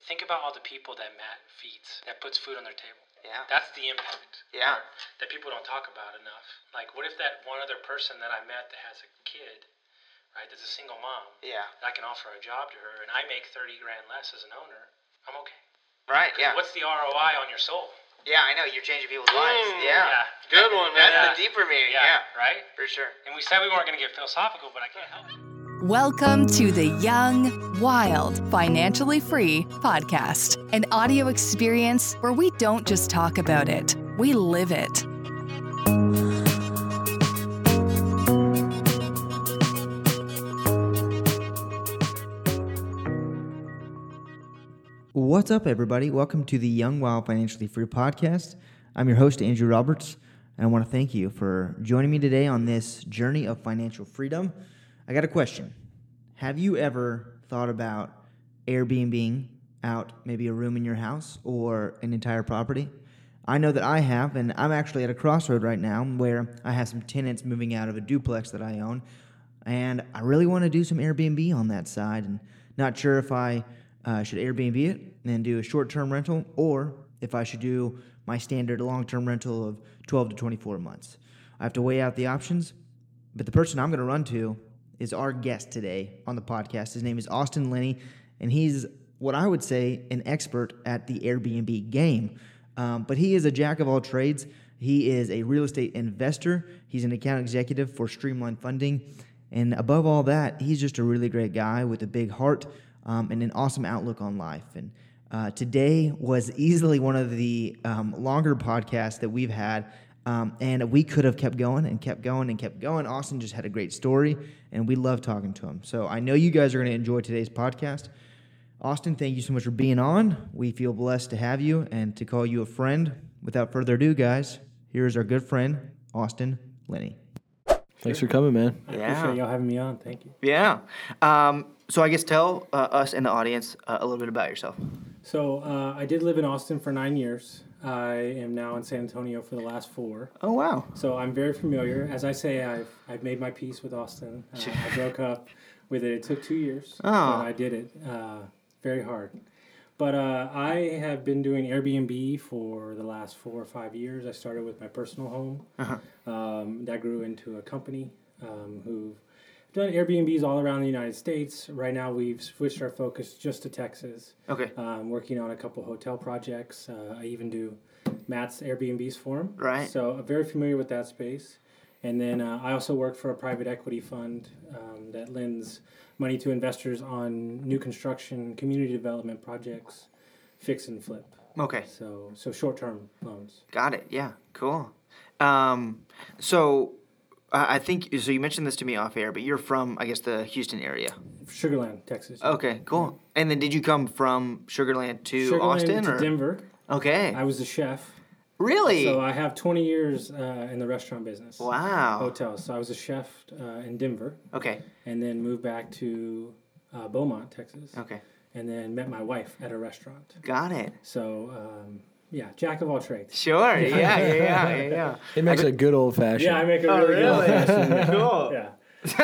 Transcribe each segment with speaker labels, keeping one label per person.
Speaker 1: Think about all the people that Matt feeds, that puts food on their table.
Speaker 2: Yeah.
Speaker 1: That's the impact
Speaker 2: Yeah.
Speaker 1: that people don't talk about enough. Like, what if that one other person that I met that has a kid, right, that's a single mom,
Speaker 2: Yeah.
Speaker 1: and I can offer a job to her, and I make 30 grand less as an owner, I'm okay.
Speaker 2: Right. Yeah.
Speaker 1: What's the ROI on your soul?
Speaker 2: Yeah. I know you're changing people's lives.
Speaker 3: Mm,
Speaker 2: Yeah.
Speaker 3: Good one,
Speaker 2: That's
Speaker 3: man.
Speaker 1: Yeah.
Speaker 2: the deeper meaning. Yeah.
Speaker 1: yeah. Right?
Speaker 2: For sure.
Speaker 1: And we said we weren't going to get philosophical, but I can't help it.
Speaker 4: Welcome to the Young, Wild, Financially Free podcast, an audio experience where we don't just talk about it, we live it.
Speaker 5: What's up, everybody? Welcome to the Young Wild Financially Free podcast. I'm your host, Andrew Roberts, and I want to thank you for joining me today on this journey of financial freedom. I got a question. Have you ever thought about Airbnb out maybe a room in your house or an entire property? I know that I have, and I'm actually at a crossroad right now where I have some tenants moving out of a duplex that I own and I really want to do some Airbnb on that side, and not sure if I uh, should Airbnb it and do a short-term rental, or if I should do my standard long-term rental of 12 to 24 months. I have to weigh out the options, but the person I'm going to run to is our guest today on the podcast. His name is Austin Lenny, and he's what I would say an expert at the Airbnb game. Um, but he is a jack of all trades. He is a real estate investor. He's an account executive for Streamline Funding. And above all that, he's just a really great guy with a big heart um, and an awesome outlook on life. And uh, today was easily one of the um, longer podcasts that we've had. Um, and we could have kept going and kept going and kept going. Austin just had a great story, and we love talking to him. So I know you guys are going to enjoy today's podcast. Austin, thank you so much for being on. We feel blessed to have you and to call you a friend. Without further ado, guys, here is our good friend, Austin Lenny.
Speaker 3: Thanks for coming, man.
Speaker 2: Yeah.
Speaker 1: y'all having me on. Thank you.
Speaker 2: Yeah. Um, so I guess tell uh, us and the audience uh, a little bit about yourself.
Speaker 6: So uh, I did live in Austin for nine years. I am now in San Antonio for the last four.
Speaker 2: Oh wow.
Speaker 6: So I'm very familiar. As I say, I've, I've made my peace with Austin. Uh, I broke up with it. It took two years,
Speaker 2: Oh.
Speaker 6: but I did it uh, very hard. But uh, I have been doing Airbnb for the last four or five years. I started with my personal home. Um, that grew into a company um, who've done Airbnbs all around the United States. Right now, we've switched our focus just to Texas.
Speaker 2: Okay.
Speaker 6: Um, working on a couple hotel projects. Uh, I even do Matt's Airbnbs for him.
Speaker 2: Right.
Speaker 6: So I'm very familiar with that space. And then uh, I also work for a private equity fund um, that lends money to investors on new construction, community development projects, fix and flip.
Speaker 2: Okay.
Speaker 6: So so short term loans.
Speaker 2: Got it. Yeah. Cool. Um, so I I think so. You mentioned this to me off air, but you're from I guess the Houston area.
Speaker 6: Sugarland, Texas.
Speaker 2: Okay. Cool. And then did you come from Sugarland to
Speaker 6: Sugarland
Speaker 2: Austin
Speaker 6: to
Speaker 2: or
Speaker 6: Denver.
Speaker 2: okay?
Speaker 6: I was the chef.
Speaker 2: really?
Speaker 6: So I have 20 years uh, in the restaurant business.
Speaker 2: wow.
Speaker 6: Hotels. So I was a chef uh, in Denver.
Speaker 2: Okay.
Speaker 6: and then moved back to uh, Beaumont, Texas,
Speaker 2: Okay.
Speaker 6: and then met my wife at a restaurant.
Speaker 2: Got it.
Speaker 6: So um, yeah, jack of all trades.
Speaker 2: Sure. Yeah. Yeah. Yeah. Yeah.
Speaker 3: It makes a good old fashioned.
Speaker 6: Yeah, I make a really, good old-fashioned,
Speaker 2: cool.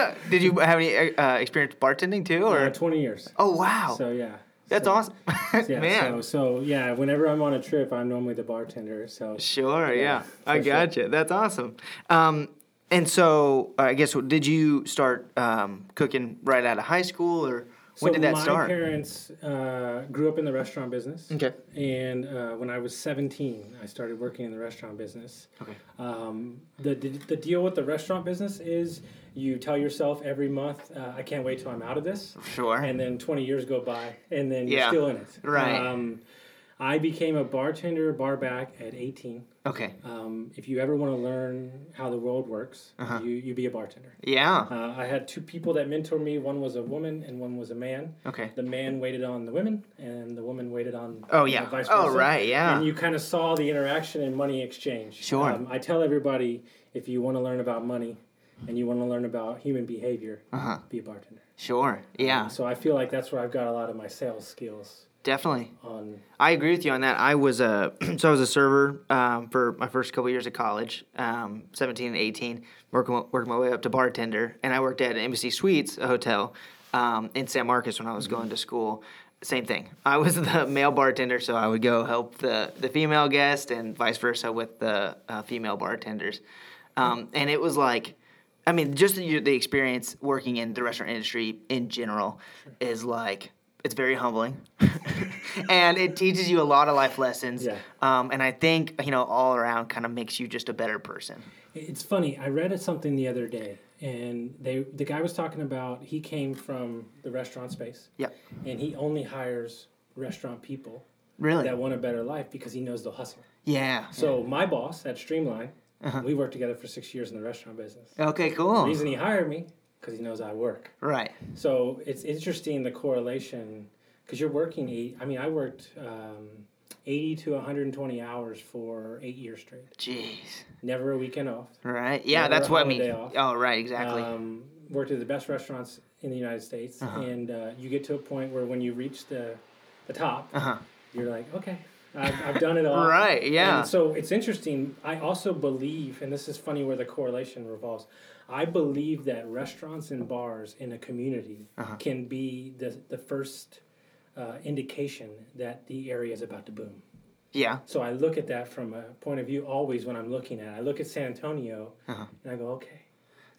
Speaker 6: Yeah,
Speaker 2: Did you have any uh, experience bartending too, or?
Speaker 6: uh, twenty years.
Speaker 2: oh wow,
Speaker 6: So yeah,
Speaker 2: that's
Speaker 6: so,
Speaker 2: awesome,
Speaker 6: Yeah,
Speaker 2: man.
Speaker 6: So, so yeah, whenever I'm on a trip, I'm normally the bartender. So
Speaker 2: Sure, yeah, I
Speaker 6: for sure.
Speaker 2: gotcha. That's awesome. Um, and so, I guess, did you start um, cooking right out of high school, or when
Speaker 6: so
Speaker 2: did that
Speaker 6: my
Speaker 2: start?
Speaker 6: parents uh, grew up in the restaurant business.
Speaker 2: Okay.
Speaker 6: And uh, when I was 17, I started working in the restaurant business.
Speaker 2: Okay.
Speaker 6: Um, the, the, the deal with the restaurant business is you tell yourself every month, uh, I can't wait till I'm out of this.
Speaker 2: Sure.
Speaker 6: And then 20 years go by, and then
Speaker 2: Yeah.
Speaker 6: you're still in it.
Speaker 2: Right.
Speaker 6: Um, I became a bartender, bar back at 18.
Speaker 2: okay.
Speaker 6: Um, if you ever want to learn how the world works,
Speaker 2: Uh-huh.
Speaker 6: you, you be a bartender.
Speaker 2: Yeah.
Speaker 6: Uh, I had two people that mentored me. One was a woman and one was a man.
Speaker 2: Okay.
Speaker 6: The man waited on the women, and the woman waited on.
Speaker 2: Oh,
Speaker 6: uh,
Speaker 2: yeah.
Speaker 6: vice
Speaker 2: Oh,
Speaker 6: versa.
Speaker 2: right, yeah.
Speaker 6: And you kind of saw the interaction and money exchange.
Speaker 2: Sure.
Speaker 6: Um, I tell everybody if you want to learn about money, and you want to learn about human behavior,
Speaker 2: Uh-huh.
Speaker 6: be a bartender.
Speaker 2: Sure. Yeah.
Speaker 6: So I feel like that's where I've got a lot of my sales skills
Speaker 2: Definitely.
Speaker 6: on.
Speaker 2: I agree with you on that. I was a so I was a server um, for my first couple years of college, um, seventeen and eighteen, working working my way up to
Speaker 6: Mm-hmm.
Speaker 2: bartender, and I worked at Embassy Suites, a hotel um, in San Marcos when I was going to school.
Speaker 7: same thing. I was the male bartender, so I would go help the, the female guest and vice versa with the uh, female bartenders. Um, and it was like, I mean, just the, the experience working in the restaurant industry in general is like, it's very humbling. and it teaches you a lot of life lessons.
Speaker 6: Yeah.
Speaker 7: Um, and I think, you know, all around kind of makes you just a better person.
Speaker 6: It's funny. I read it something the other day, and they the guy was talking about he came from the restaurant space.
Speaker 7: Yep.
Speaker 6: And he only hires restaurant people
Speaker 7: Really?
Speaker 6: that want a better life because he knows they'll hustle.
Speaker 7: yeah. Uh-huh.
Speaker 6: So my boss at Streamline, we worked together for six years in the restaurant business.
Speaker 7: Okay,
Speaker 6: The
Speaker 7: cool.
Speaker 6: reason he hired me because he knows I work.
Speaker 7: Right.
Speaker 6: So it's interesting the correlation because you're working eight. I mean, I worked um, eighty to one hundred and twenty hours for eight years straight.
Speaker 7: Jeez.
Speaker 6: Never a weekend off.
Speaker 7: Right. Yeah,
Speaker 6: Never
Speaker 7: that's
Speaker 6: a
Speaker 7: what I mean.
Speaker 6: holiday off.
Speaker 7: Oh, right, exactly. Uh-huh.
Speaker 6: Um, worked at the best restaurants in the United States, and uh, you get to a point where when you reach the the top, you're like, okay, I've, I've done it all.
Speaker 7: Uh-huh. Right, yeah.
Speaker 6: And so it's interesting. I also believe, and this is funny where the correlation revolves. I believe that restaurants and bars in a community
Speaker 7: Uh-huh.
Speaker 6: can be the the first uh, indication that the area is about to boom.
Speaker 7: yeah.
Speaker 6: So I look at that from a point of view always when I'm looking at it. I look at San Antonio and I go, okay,
Speaker 7: Uh-huh.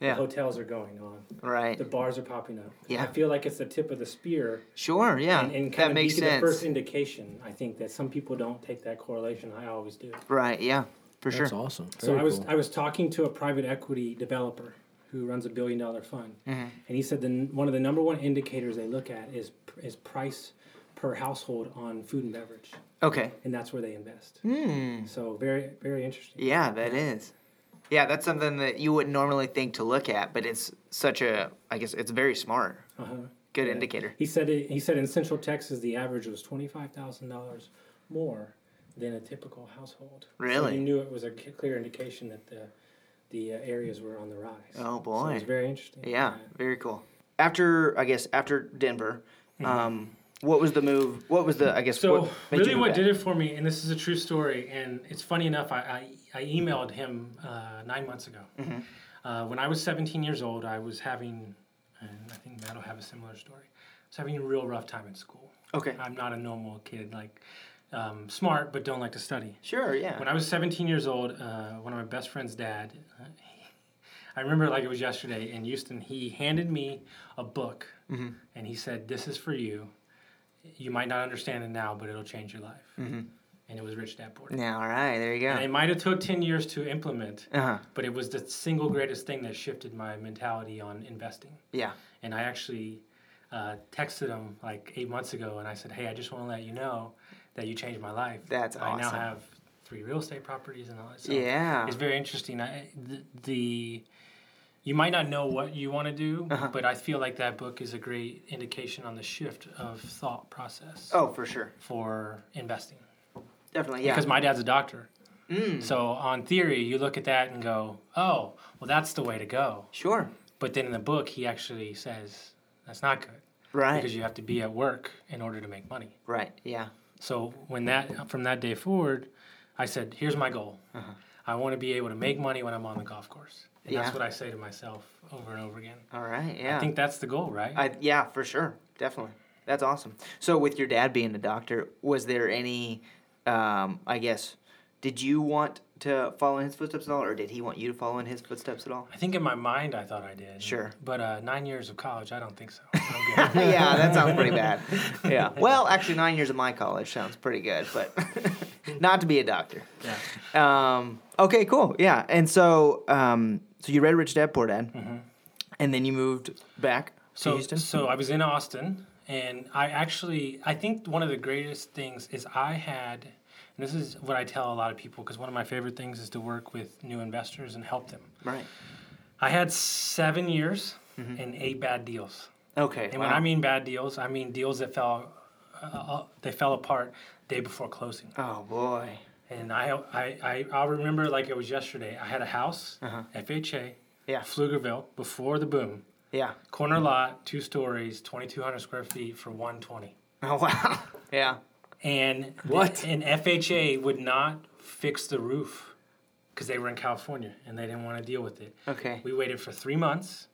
Speaker 7: Yeah.
Speaker 6: the hotels are going on.
Speaker 7: Right.
Speaker 6: The bars are popping up.
Speaker 7: Yeah.
Speaker 6: I feel like it's the tip of the spear
Speaker 7: Sure. Yeah.
Speaker 6: and, and kind
Speaker 7: that
Speaker 6: of
Speaker 7: makes
Speaker 6: be
Speaker 7: sense.
Speaker 6: the first indication, I think, that some people don't take that correlation. I always do.
Speaker 7: right. Yeah. For sure.
Speaker 3: That's awesome.
Speaker 6: So
Speaker 3: Very
Speaker 6: I was
Speaker 3: cool.
Speaker 6: I was talking to a private equity developer who runs a billion dollar fund,
Speaker 7: Mm-hmm.
Speaker 6: and he said the n- one of the number one indicators they look at is is price per household on food and beverage,
Speaker 7: Okay.
Speaker 6: and that's where they invest.
Speaker 7: Hmm.
Speaker 6: So very very interesting.
Speaker 7: Yeah, that is. Yeah, that's something that you wouldn't normally think to look at, but it's such a. I guess it's very smart.
Speaker 6: Uh-huh.
Speaker 7: Good indicator.
Speaker 6: He said it, he said in Central Texas the average was twenty five thousand dollars more than a typical household.
Speaker 7: Really?
Speaker 6: so you knew it was a c- clear indication that the the uh, areas were on the rise.
Speaker 7: Oh,
Speaker 6: so
Speaker 7: boy.
Speaker 6: it's very interesting.
Speaker 7: Yeah. Very cool. After I guess after Denver, um, what was the move? What was the I guess
Speaker 6: Mm-hmm. So
Speaker 7: what made
Speaker 6: really,
Speaker 7: you move
Speaker 6: what
Speaker 7: back?
Speaker 6: did it for me, and this is a true story, and it's funny enough. I I, I emailed him uh, nine months ago.
Speaker 7: Mm-hmm.
Speaker 6: Uh, when I was 17 years old, I was having, and I think Matt will have a similar story. I was having a real rough time in school.
Speaker 7: Okay.
Speaker 6: I'm not a normal kid, like um, smart but don't like to study.
Speaker 7: Sure. Yeah.
Speaker 6: When I was 17 years old, uh, one of my best friend's dad, uh, I remember it like it was yesterday in Houston, he handed me a book
Speaker 7: Mm-hmm.
Speaker 6: and he said, This is for you. You might not understand it now, but it'll change your life. And it was Rich Dad Poor Dad.
Speaker 7: Mm-hmm. yeah. All right. There you
Speaker 6: And
Speaker 7: go.
Speaker 6: it might have took 10 years to implement,
Speaker 7: Uh-huh.
Speaker 6: but it was the single greatest thing that shifted my mentality on investing.
Speaker 7: Yeah.
Speaker 6: And I actually uh, texted him like eight months ago, and I said, "Hey, I just want to let you know that you changed my life.
Speaker 7: That's
Speaker 6: I now
Speaker 7: awesome.
Speaker 6: have three real estate properties and all that. So
Speaker 7: Yeah.
Speaker 6: it's very interesting. I, the, the you might not know what you want to do,
Speaker 7: Uh-huh.
Speaker 6: but I feel like that book is a great indication on the shift of thought process
Speaker 7: Oh, for sure.
Speaker 6: for investing.
Speaker 7: Definitely. Yeah. Mm.
Speaker 6: Because my dad's a doctor. So on theory, you look at that and go, "Oh, well, that's the way to go."
Speaker 7: Sure.
Speaker 6: But then in the book, he actually says that's not good
Speaker 7: Right.
Speaker 6: because you have to be at work in order to make money.
Speaker 7: Right. Yeah.
Speaker 6: So when that from that day forward, I said, "Here's my goal.
Speaker 7: Uh-huh.
Speaker 6: I want to be able to make money when I'm on the golf course." And
Speaker 7: Yeah.
Speaker 6: that's what I say to myself over and over again.
Speaker 7: All right. Yeah.
Speaker 6: I think that's the goal, right?
Speaker 7: I yeah, for sure, definitely. That's awesome. So with your dad being a doctor, was there any, um, I guess, did you want to follow in his footsteps at all, or did he want you to follow in his footsteps at all?
Speaker 6: I think in my mind I thought I did.
Speaker 7: Sure.
Speaker 6: But uh, nine years of college, I don't think so. I'm good.
Speaker 7: yeah, that sounds pretty bad. Yeah. Well, actually, nine years at my college sounds pretty good, but not to be a doctor. Yeah. Um, okay, cool. Yeah. And so, um, so you read Rich Dad Poor Dad, and then you moved back to
Speaker 6: Mm-hmm. so
Speaker 7: Houston.
Speaker 6: so I was in Austin, and I actually I think one of the greatest things is I had. And this is what I tell a lot of people because one of my favorite things is to work with new investors and help them.
Speaker 7: Right.
Speaker 6: I had seven years and eight bad deals.
Speaker 7: Okay.
Speaker 6: And
Speaker 7: wow.
Speaker 6: when I mean bad deals, I mean deals that fell, uh, uh, they fell apart day before closing.
Speaker 7: oh boy.
Speaker 6: And I, I, I, I remember like it was yesterday. I had a house,
Speaker 7: Uh-huh.
Speaker 6: FHA,
Speaker 7: Yeah.
Speaker 6: Pflugerville, before the boom,
Speaker 7: Yeah.
Speaker 6: corner lot, two stories, 2,200 square feet for 120.
Speaker 7: Oh wow. Yeah.
Speaker 6: And
Speaker 7: What?
Speaker 6: The, and FHA would not fix the roof because they were in California and they didn't want to deal with it.
Speaker 7: Okay.
Speaker 6: We waited for three months,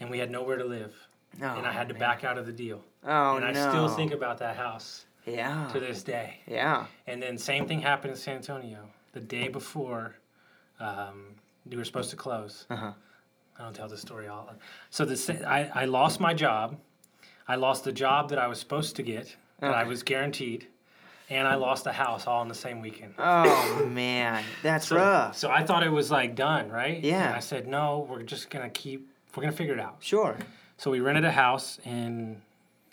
Speaker 6: and we had nowhere to live.
Speaker 7: Oh,
Speaker 6: and I had to back out of the deal.
Speaker 7: Oh
Speaker 6: and I
Speaker 7: no.
Speaker 6: still think about that house
Speaker 7: Yeah.
Speaker 6: to this day.
Speaker 7: Yeah.
Speaker 6: And then same thing happened in San Antonio the day before um, we were supposed to close.
Speaker 7: Uh-huh.
Speaker 6: I don't tell the story all. So the sa- I, I lost my job. I lost the job that I was supposed to get that I was guaranteed, and I lost the house all in the same weekend.
Speaker 7: Oh man, that's
Speaker 6: so,
Speaker 7: rough.
Speaker 6: so I thought it was like done, right?
Speaker 7: Yeah.
Speaker 6: And I said no. We're just gonna keep. We're gonna figure it out.
Speaker 7: Sure.
Speaker 6: So we rented a house in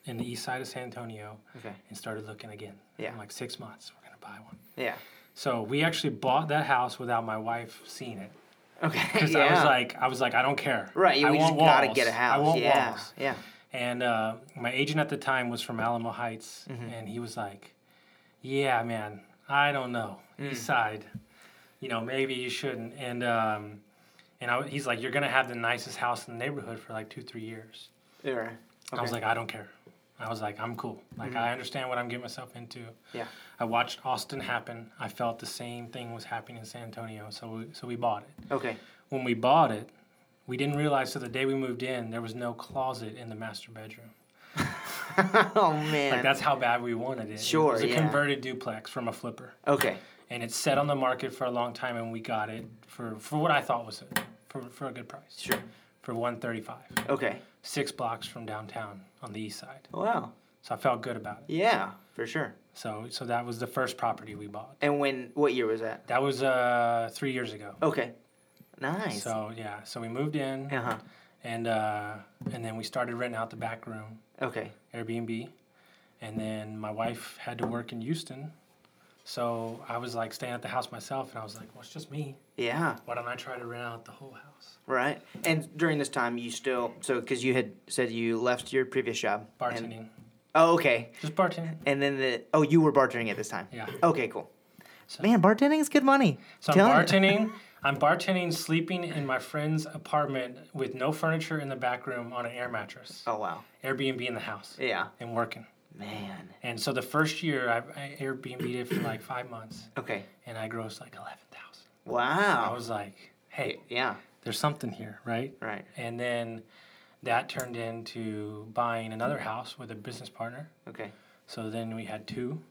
Speaker 6: in the east side of San Antonio
Speaker 7: Okay.
Speaker 6: and started looking again.
Speaker 7: Yeah.
Speaker 6: In like six months, we're gonna buy one.
Speaker 7: Yeah.
Speaker 6: So we actually bought that house without my wife seeing it.
Speaker 7: Okay.
Speaker 6: Because
Speaker 7: Yeah.
Speaker 6: I was like, I was like, I don't care.
Speaker 7: right. You
Speaker 6: I
Speaker 7: we just
Speaker 6: want
Speaker 7: gotta
Speaker 6: walls.
Speaker 7: get a house.
Speaker 6: I want
Speaker 7: yeah.
Speaker 6: walls.
Speaker 7: Yeah.
Speaker 6: And uh, my agent at the time was from Alamo Heights,
Speaker 7: Mm-hmm.
Speaker 6: and he was like, "Yeah, man, I don't know.
Speaker 7: Mm.
Speaker 6: East Side, you know, maybe you shouldn't." And um, and I, he's like, "You're gonna have the nicest house in the neighborhood for like two, three years."
Speaker 7: Yeah.
Speaker 6: I was like, "I don't care." I was like, "I'm cool. Like,
Speaker 7: Mm-hmm.
Speaker 6: I understand what I'm getting myself into."
Speaker 7: Yeah.
Speaker 6: I watched Austin happen. I felt the same thing was happening in San Antonio, so we, so we bought it.
Speaker 7: Okay.
Speaker 6: When we bought it, we didn't realize till the day we moved in there was no closet in the master bedroom.
Speaker 7: Oh man.
Speaker 6: Like that's how bad we wanted it.
Speaker 7: Sure,
Speaker 6: it was a
Speaker 7: yeah.
Speaker 6: converted duplex from a flipper,
Speaker 7: okay.
Speaker 6: and it sat on the market for a long time, and we got it for for what I thought was it for for a good price.
Speaker 7: Sure.
Speaker 6: For one thirty five,
Speaker 7: Okay.
Speaker 6: six blocks from downtown on the east side.
Speaker 7: Wow.
Speaker 6: So I felt good about it.
Speaker 7: Yeah. For sure.
Speaker 6: So so that was the first property we bought.
Speaker 7: And when? What year was that?
Speaker 6: That was uh three years ago.
Speaker 7: Okay. Nice.
Speaker 6: So yeah, so we moved in,
Speaker 7: uh huh.
Speaker 6: and uh, and then we started renting out the back room,
Speaker 7: Okay.
Speaker 6: Airbnb, and then my wife had to work in Houston, so I was like staying at the house myself, and I was like, well, it's just me.
Speaker 7: Yeah.
Speaker 6: Why don't I try to rent out the whole house?
Speaker 7: Right. And during this time, you still so because you had said you left your previous job. and-
Speaker 6: Bartending,
Speaker 7: oh, okay.
Speaker 6: just bartending.
Speaker 7: And then the oh, you were bartending at this time.
Speaker 6: Yeah.
Speaker 7: Okay, cool. Man, bartending is good money.
Speaker 6: So I'm
Speaker 7: Telling you.
Speaker 6: bartending. I'm bartending, sleeping in my friend's apartment with no furniture in the back room on an air mattress,
Speaker 7: Oh wow.
Speaker 6: Airbnb in the house,
Speaker 7: Yeah.
Speaker 6: and working.
Speaker 7: Man.
Speaker 6: And so the first year, I, I Airbnb'd it for like five months.
Speaker 7: Okay.
Speaker 6: and I grossed like eleven thousand. I
Speaker 7: Wow.
Speaker 6: was like, hey,
Speaker 7: Yeah.
Speaker 6: there's something here, right?
Speaker 7: Right.
Speaker 6: And then that turned into buying another house with a business partner.
Speaker 7: Okay.
Speaker 6: So then we had two,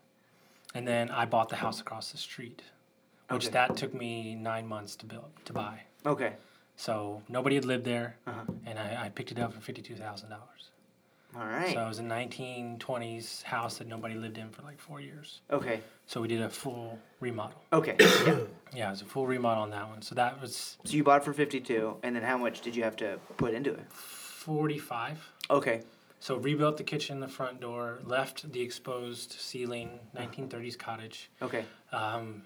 Speaker 6: and then I bought the house across the street, which
Speaker 7: Okay.
Speaker 6: that took me nine months to build to buy.
Speaker 7: Okay.
Speaker 6: So nobody had lived there, and I, I picked it up for fifty-two thousand dollars.
Speaker 7: All right.
Speaker 6: So it was a nineteen twenties house that nobody lived in for like four years.
Speaker 7: okay.
Speaker 6: So we did a full remodel.
Speaker 7: Okay. yeah.
Speaker 6: Yeah, it was a full remodel on that one. So that was
Speaker 7: So you bought for fifty-two, and then how much did you have to put into it?
Speaker 6: 45.
Speaker 7: Okay.
Speaker 6: So rebuilt the kitchen, the front door, left the exposed ceiling, 1930s cottage.
Speaker 7: Okay.
Speaker 6: Um,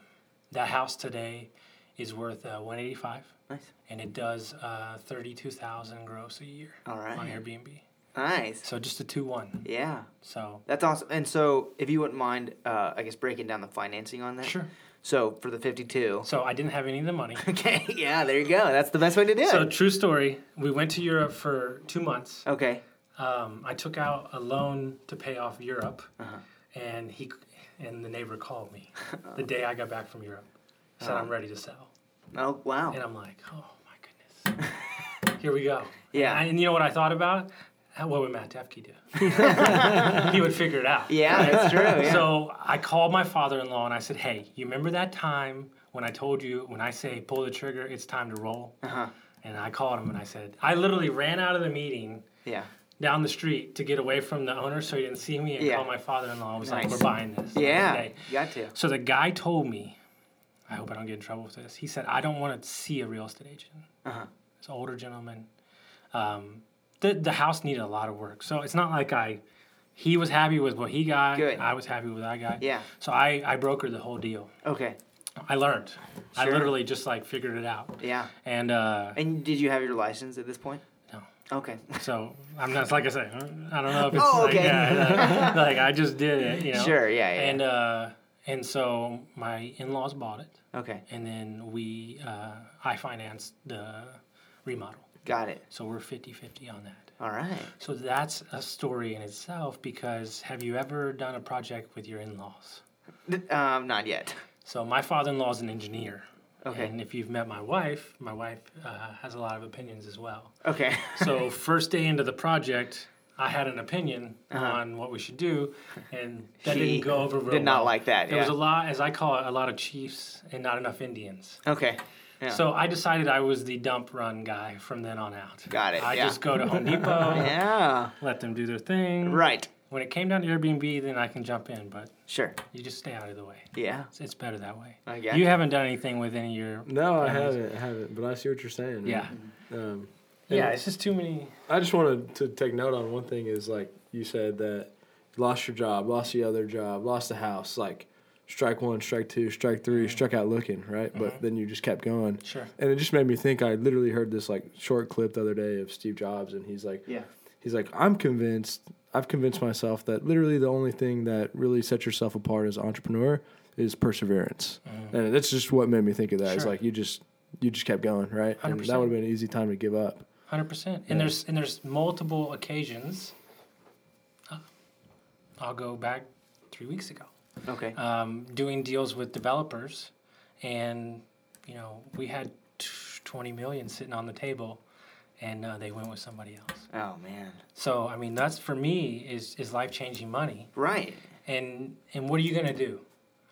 Speaker 6: that house today is worth uh, 185,
Speaker 7: Nice.
Speaker 6: and it does uh, 32,000 gross a year
Speaker 7: All right.
Speaker 6: on Airbnb.
Speaker 7: Nice.
Speaker 6: So just a two one.
Speaker 7: Yeah.
Speaker 6: So
Speaker 7: That's awesome. And so, if you wouldn't mind, uh, I guess breaking down the financing on that.
Speaker 6: sure.
Speaker 7: So for the fifty-two.
Speaker 6: So I didn't have any of the money.
Speaker 7: Okay. Yeah. There you go. That's the best way to do
Speaker 6: So
Speaker 7: it.
Speaker 6: true story. We went to Europe for two months.
Speaker 7: Okay.
Speaker 6: um, I took out a loan to pay off Europe,
Speaker 7: Uh-huh.
Speaker 6: and he and the neighbor called me the day I got back from Europe. Said
Speaker 7: Uh-huh.
Speaker 6: I'm ready to sell,
Speaker 7: Oh wow.
Speaker 6: and I'm like, oh my goodness, here we go.
Speaker 7: Yeah.
Speaker 6: and, I- and you know what I thought about? How- What would Matt Tefke do? he would figure it out.
Speaker 7: Yeah, that's true. Yeah.
Speaker 6: So I called my father-in-law and I said, "Hey, you remember that time when I told you when I say pull the trigger, it's time to roll?"
Speaker 7: Uh-huh.
Speaker 6: And I called him and I said, "I literally ran out of the meeting."
Speaker 7: yeah.
Speaker 6: down the street to get away from the owner so he didn't see me and
Speaker 7: Yeah.
Speaker 6: call my father-in-law. I was like,
Speaker 7: Nice.
Speaker 6: we're buying this. I'm like,
Speaker 7: Yeah.
Speaker 6: "Okay."
Speaker 7: Got to.
Speaker 6: So the guy told me, I hope I don't get in trouble with this. He said, I don't want to see a real estate agent.
Speaker 7: Uh-huh.
Speaker 6: It's an older gentleman. Um, the, the house needed a lot of work. So it's not like I, he was happy with what he got.
Speaker 7: Good.
Speaker 6: I was happy with what I got.
Speaker 7: Yeah.
Speaker 6: So I, I brokered the whole deal.
Speaker 7: Okay.
Speaker 6: I learned. I
Speaker 7: Sure.
Speaker 6: literally just like figured it out.
Speaker 7: Yeah.
Speaker 6: And uh,
Speaker 7: And did you have your license at this point?
Speaker 6: No.
Speaker 7: Okay.
Speaker 6: So I'm not like I said. I don't know if it's
Speaker 7: Oh,
Speaker 6: like,
Speaker 7: okay.
Speaker 6: yeah, like, like, I just did it, you know.
Speaker 7: Sure, yeah, yeah,
Speaker 6: And uh, and so my in-laws bought it,
Speaker 7: Okay.
Speaker 6: and then we uh, I financed the remodel.
Speaker 7: Got it.
Speaker 6: So we're 50-50 on that.
Speaker 7: All right.
Speaker 6: So that's a story in itself because have you ever done a project with your in-laws?
Speaker 7: Th- Um, not yet.
Speaker 6: So my father-in-law is an engineer,
Speaker 7: Okay.
Speaker 6: And if you've met my wife, my wife uh, has a lot of opinions as well.
Speaker 7: Okay.
Speaker 6: So first day into the project, I had an opinion on what we should do, and that
Speaker 7: Uh-huh. She
Speaker 6: didn't go over real
Speaker 7: did not
Speaker 6: well.
Speaker 7: like that,
Speaker 6: There was
Speaker 7: yeah.
Speaker 6: a lot, as I call it, a lot of chiefs and not enough Indians.
Speaker 7: Okay. Yeah.
Speaker 6: So I decided I was the dump run guy from then on out.
Speaker 7: Got it,
Speaker 6: I
Speaker 7: yeah.
Speaker 6: just go to Home Depot,
Speaker 7: yeah.
Speaker 6: let them do their thing.
Speaker 7: Right.
Speaker 6: When it came down to Airbnb, then I can jump in, but
Speaker 7: Sure.
Speaker 6: you just stay out of the way.
Speaker 7: Yeah.
Speaker 6: It's, it's better that way.
Speaker 7: I got
Speaker 6: you
Speaker 7: it.
Speaker 6: haven't done anything with any of your.
Speaker 3: No, I haven't. I haven't. But I see what you're saying. man.
Speaker 6: Yeah.
Speaker 3: Um,
Speaker 6: Yeah, it's just too many.
Speaker 3: I just wanted to take note on one thing is like you said that you lost your job, lost the other job, lost the house, like strike one, strike two, strike 3 struck out looking, right? But then you just kept going.
Speaker 6: Mm-hmm. Sure.
Speaker 3: And it just made me think I literally heard this like short clip the other day of Steve Jobs and he's like
Speaker 7: Yeah.
Speaker 3: he's like, I'm convinced I've convinced myself that literally the only thing that really sets yourself apart as an entrepreneur is perseverance. And that's just what made me think of that. It's
Speaker 6: Mm-hmm. Sure.
Speaker 3: like you just you just kept going, right? And that
Speaker 6: 100%.
Speaker 3: would have been an easy time to give up.
Speaker 6: Hundred percent. And there's and there's multiple occasions. Uh, I'll go back three weeks ago,
Speaker 7: Okay.
Speaker 6: um, doing deals with developers, and you know we had t- twenty million sitting on the table, and uh, they went with somebody else.
Speaker 7: Oh man.
Speaker 6: So I mean that's for me is is life changing money.
Speaker 7: Right.
Speaker 6: And and what are you gonna do?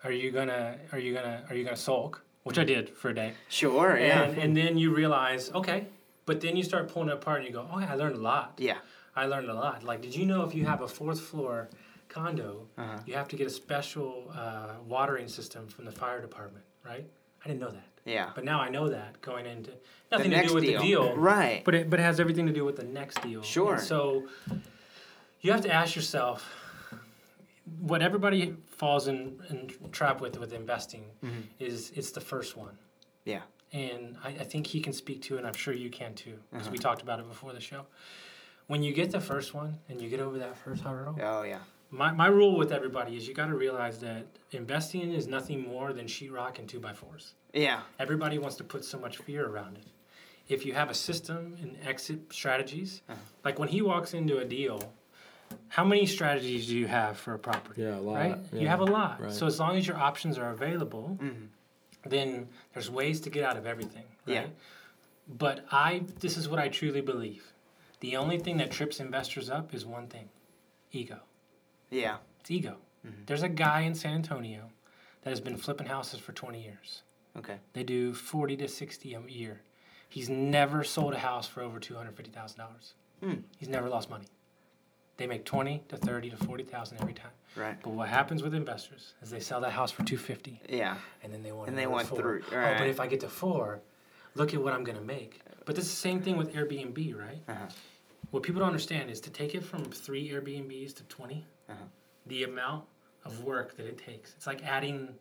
Speaker 6: Are you gonna are you gonna are you gonna sulk? Which I did for a day.
Speaker 7: Sure. Yeah.
Speaker 6: And, and then you realize okay, but then you start pulling it apart and you go, oh yeah, I learned a lot.
Speaker 7: yeah.
Speaker 6: I learned a lot. Like, did you know if you have a fourth floor condo,
Speaker 7: Uh-huh.
Speaker 6: you have to get a special uh, watering system from the fire department, right? I didn't know that.
Speaker 7: Yeah.
Speaker 6: But now I know that going into nothing to
Speaker 7: next
Speaker 6: do with
Speaker 7: deal.
Speaker 6: the deal,
Speaker 7: Right.
Speaker 6: But it but it has everything to do with the next deal.
Speaker 7: Sure.
Speaker 6: And so you have to ask yourself what everybody falls in, in trap with with investing
Speaker 7: Mm-hmm.
Speaker 6: is it's the first one
Speaker 7: Yeah.
Speaker 6: and I, I think he can speak to, and I'm sure you can too, because we talked about it before the show. When you get the first one and you get over that first hurdle,
Speaker 7: Oh yeah.
Speaker 6: my, my rule with everybody is you got to realize that investing is nothing more than sheetrock and two by fours.
Speaker 7: Yeah.
Speaker 6: Everybody wants to put so much fear around it. If you have a system and exit strategies, like when he walks into a deal, how many strategies do you have for a property?
Speaker 3: Yeah, a lot,
Speaker 6: Right? You
Speaker 3: yeah,
Speaker 6: have a lot.
Speaker 3: right.
Speaker 6: So as long as your options are available, then there's ways to get out of everything. Right?
Speaker 7: Yeah.
Speaker 6: But I, this is what I truly believe. The only thing that trips investors up is one thing, ego.
Speaker 7: Yeah.
Speaker 6: It's ego. There's a guy in San Antonio that has been flipping houses for 20 years.
Speaker 7: Okay.
Speaker 6: They do 40 to 60 a year. He's never sold a house for over $250,000.
Speaker 7: Hmm.
Speaker 6: He's never lost money. They make 20 to 30 to 40,000 every time.
Speaker 7: Right.
Speaker 6: But what happens with investors is they sell that house for 250
Speaker 7: Yeah.
Speaker 6: and then they want
Speaker 7: And they
Speaker 6: another
Speaker 7: want
Speaker 6: four.
Speaker 7: three,
Speaker 6: Oh,
Speaker 7: right.
Speaker 6: but if I get to 4, look at what I'm going to make. But this is the same thing with Airbnb, right?
Speaker 7: Uh-huh.
Speaker 6: What people don't understand is to take it from 3 Airbnbs to 20,
Speaker 7: Uh-huh.
Speaker 6: the amount of work that it takes. It's like adding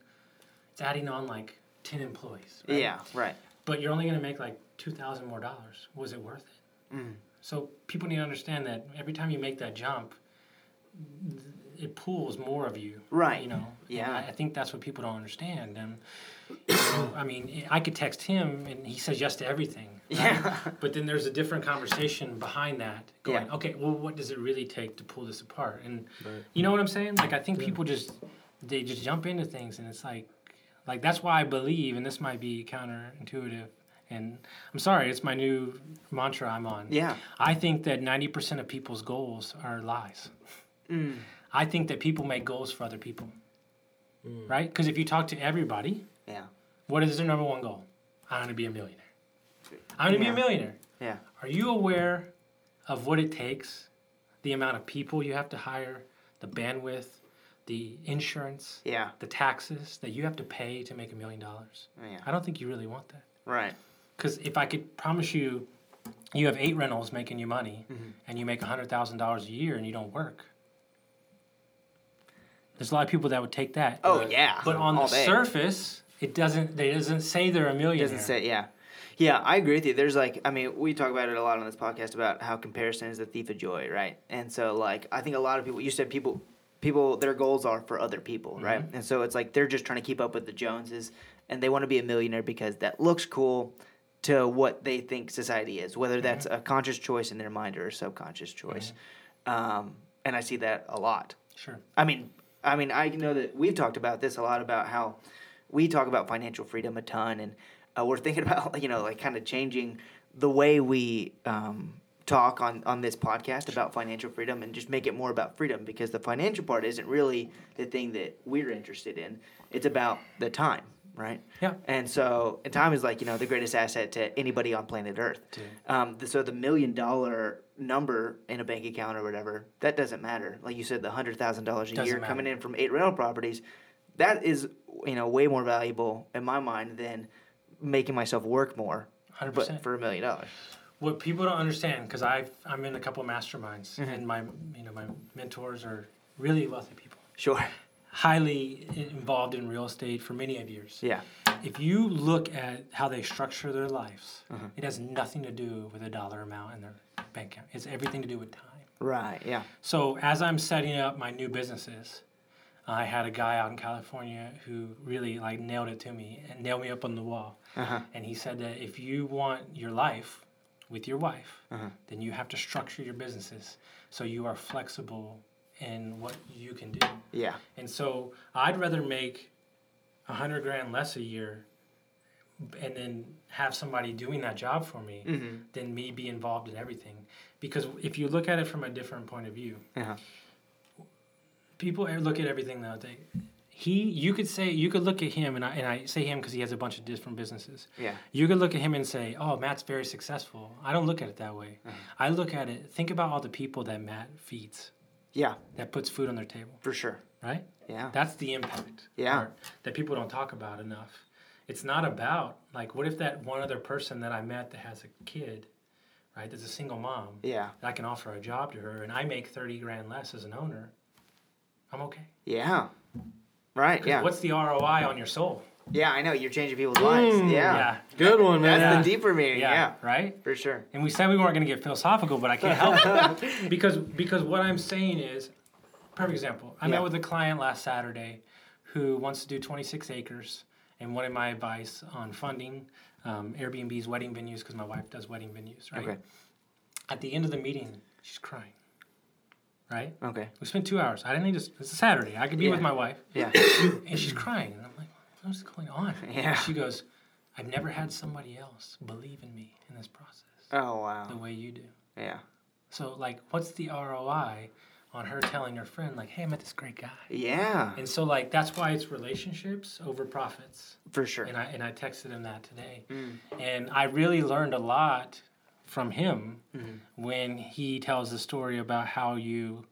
Speaker 6: it's adding on like 10 employees. Right?
Speaker 7: Yeah. Right.
Speaker 6: but you're only going to make like two thousand more dollars. Was it worth it?
Speaker 7: Mm.
Speaker 6: So people need to understand that every time you make that jump, th- it pulls more of you.
Speaker 7: Right.
Speaker 6: You know.
Speaker 7: Yeah.
Speaker 6: And I, I think that's what people don't understand. And you know, I mean, I could text him, and he says yes to everything. right?
Speaker 7: Yeah.
Speaker 6: But then there's a different conversation behind that. Going,
Speaker 7: Yeah.
Speaker 6: okay, well, what does it really take to pull this apart? And you know what I'm saying? Like, I think people just they just jump into things, and it's like, like that's why I believe, and this might be counterintuitive. And I'm sorry, it's my new mantra I'm on.
Speaker 7: Yeah.
Speaker 6: I think that 90% of people's goals are lies.
Speaker 7: Mm.
Speaker 6: I think that people make goals for other people, right? Because if you talk to everybody,
Speaker 7: Yeah.
Speaker 6: what is their number one goal? I want to be a millionaire. I want to
Speaker 7: Yeah.
Speaker 6: be a millionaire.
Speaker 7: Yeah.
Speaker 6: Are you aware of what it takes? The amount of people you have to hire, the bandwidth, the insurance,
Speaker 7: Yeah.
Speaker 6: the taxes that you have to pay to make a million dollars?
Speaker 7: Yeah.
Speaker 6: I don't think you really want that.
Speaker 7: Right.
Speaker 6: Because if I could promise you, you have eight rentals making you money
Speaker 7: Mm-hmm.
Speaker 6: and you make $100,000 a year and you don't work. There's a lot of people that would take that.
Speaker 7: Oh, yeah.
Speaker 6: But on
Speaker 7: All
Speaker 6: the
Speaker 7: day.
Speaker 6: surface, it doesn't, they doesn't say they're a millionaire.
Speaker 7: Doesn't say. Yeah. Yeah. I agree with you. There's like, I mean, we talk about it a lot on this podcast about how comparison is the thief of joy, right? And so, like, I think a lot of people. You said people. People, their goals are for other people, right? And so it's like they're just trying to keep up with the Joneses, and they want to be a millionaire because that looks cool to what they think society is, whether that's a conscious choice in their mind or a subconscious choice. Um, and I see that a lot.
Speaker 6: Sure.
Speaker 7: I mean, I mean, I know that we've talked about this a lot about how we talk about financial freedom a ton, and uh, we're thinking about you know like kind of changing the way we um, talk on on this podcast about financial freedom and just make it more about freedom because the financial part isn't really the thing that we're interested in. It's about the time, right?
Speaker 6: Yeah.
Speaker 7: And so, and time is like you know the greatest asset to anybody on planet Earth. Um, th- so the million dollar number in a bank account or whatever that doesn't matter. Like you said, the hundred thousand dollars a
Speaker 6: Doesn't
Speaker 7: year
Speaker 6: matter.
Speaker 7: coming in from eight rental properties, that is you know way more valuable in my mind than making myself work more,
Speaker 6: 100%.
Speaker 7: but for a million dollars.
Speaker 6: what people don't understand because I I'm in a couple of masterminds
Speaker 7: Mm-hmm.
Speaker 6: and my you know my mentors are really wealthy people,
Speaker 7: Sure.
Speaker 6: highly i- involved in real estate for many of years.
Speaker 7: Yeah.
Speaker 6: If you look at how they structure their lives, it has nothing to do with a dollar amount in their bank account. It's everything to do with time.
Speaker 7: Right. Yeah.
Speaker 6: So as I'm setting up my new businesses, I had a guy out in California who really like nailed it to me and nailed me up on the wall. And he said that if you want your life with your wife, then you have to structure your businesses so you are flexible in what you can do.
Speaker 7: Yeah.
Speaker 6: And so I'd rather make a hundred grand less a year and then have somebody doing that job for me
Speaker 7: Mm-hmm.
Speaker 6: than me be involved in everything. Because if you look at it from a different point of view,
Speaker 7: Uh-huh.
Speaker 6: people e- look at everything though. They, he, you could say, you could look at him, and I, and I say him because he has a bunch of different businesses.
Speaker 7: Yeah.
Speaker 6: You could look at him and say, oh, Matt's very successful. I don't look at it that way.
Speaker 7: Uh-huh.
Speaker 6: I look at it, think about all the people that Matt feeds,
Speaker 7: Yeah.
Speaker 6: that puts food on their table,
Speaker 7: For sure.
Speaker 6: right?
Speaker 7: Yeah.
Speaker 6: That's the impact.
Speaker 7: Yeah.
Speaker 6: part that people don't talk about enough. It's not about like what if that one other person that I met that has a kid, right? That's a single mom.
Speaker 7: Yeah.
Speaker 6: that I can offer a job to her, and I make thirty grand less as an owner. I'm okay.
Speaker 7: Yeah. Right.
Speaker 6: 'Cause
Speaker 7: Yeah.
Speaker 6: What's the ROI on your soul?
Speaker 7: Yeah. I know you're changing people's lives. Yeah.
Speaker 3: Mm. Good one, man.
Speaker 7: That's the deeper meaning. Yeah.
Speaker 6: Right.
Speaker 7: For sure.
Speaker 6: And we said we weren't going to get philosophical, but I can't help it because because what I'm saying is, perfect example. I
Speaker 7: Yeah.
Speaker 6: met with a client last Saturday who wants to do 26 acres and wanted my advice on funding um, Airbnb's wedding venues because my wife does wedding venues. Right.
Speaker 7: Okay.
Speaker 6: At the end of the meeting, she's crying. Right.
Speaker 7: Okay.
Speaker 6: We spent two hours. I didn't need to. It's a Saturday. I could be
Speaker 7: Yeah.
Speaker 6: with my wife
Speaker 7: Yeah.
Speaker 6: and she's crying. And I'm like, what's going on?
Speaker 7: Yeah.
Speaker 6: She goes, I've never had somebody else believe in me in this process
Speaker 7: oh
Speaker 6: the
Speaker 7: wow.
Speaker 6: way you do.
Speaker 7: Yeah.
Speaker 6: So, like, what's the ROI on her telling her friend, like, hey, I met this great guy?
Speaker 7: Yeah.
Speaker 6: And so, like, that's why it's relationships over profits.
Speaker 7: For sure.
Speaker 6: And I, and I texted him that today.
Speaker 3: Mm.
Speaker 6: And I really learned a lot from him
Speaker 3: Mm-hmm.
Speaker 6: when he tells the story about how you.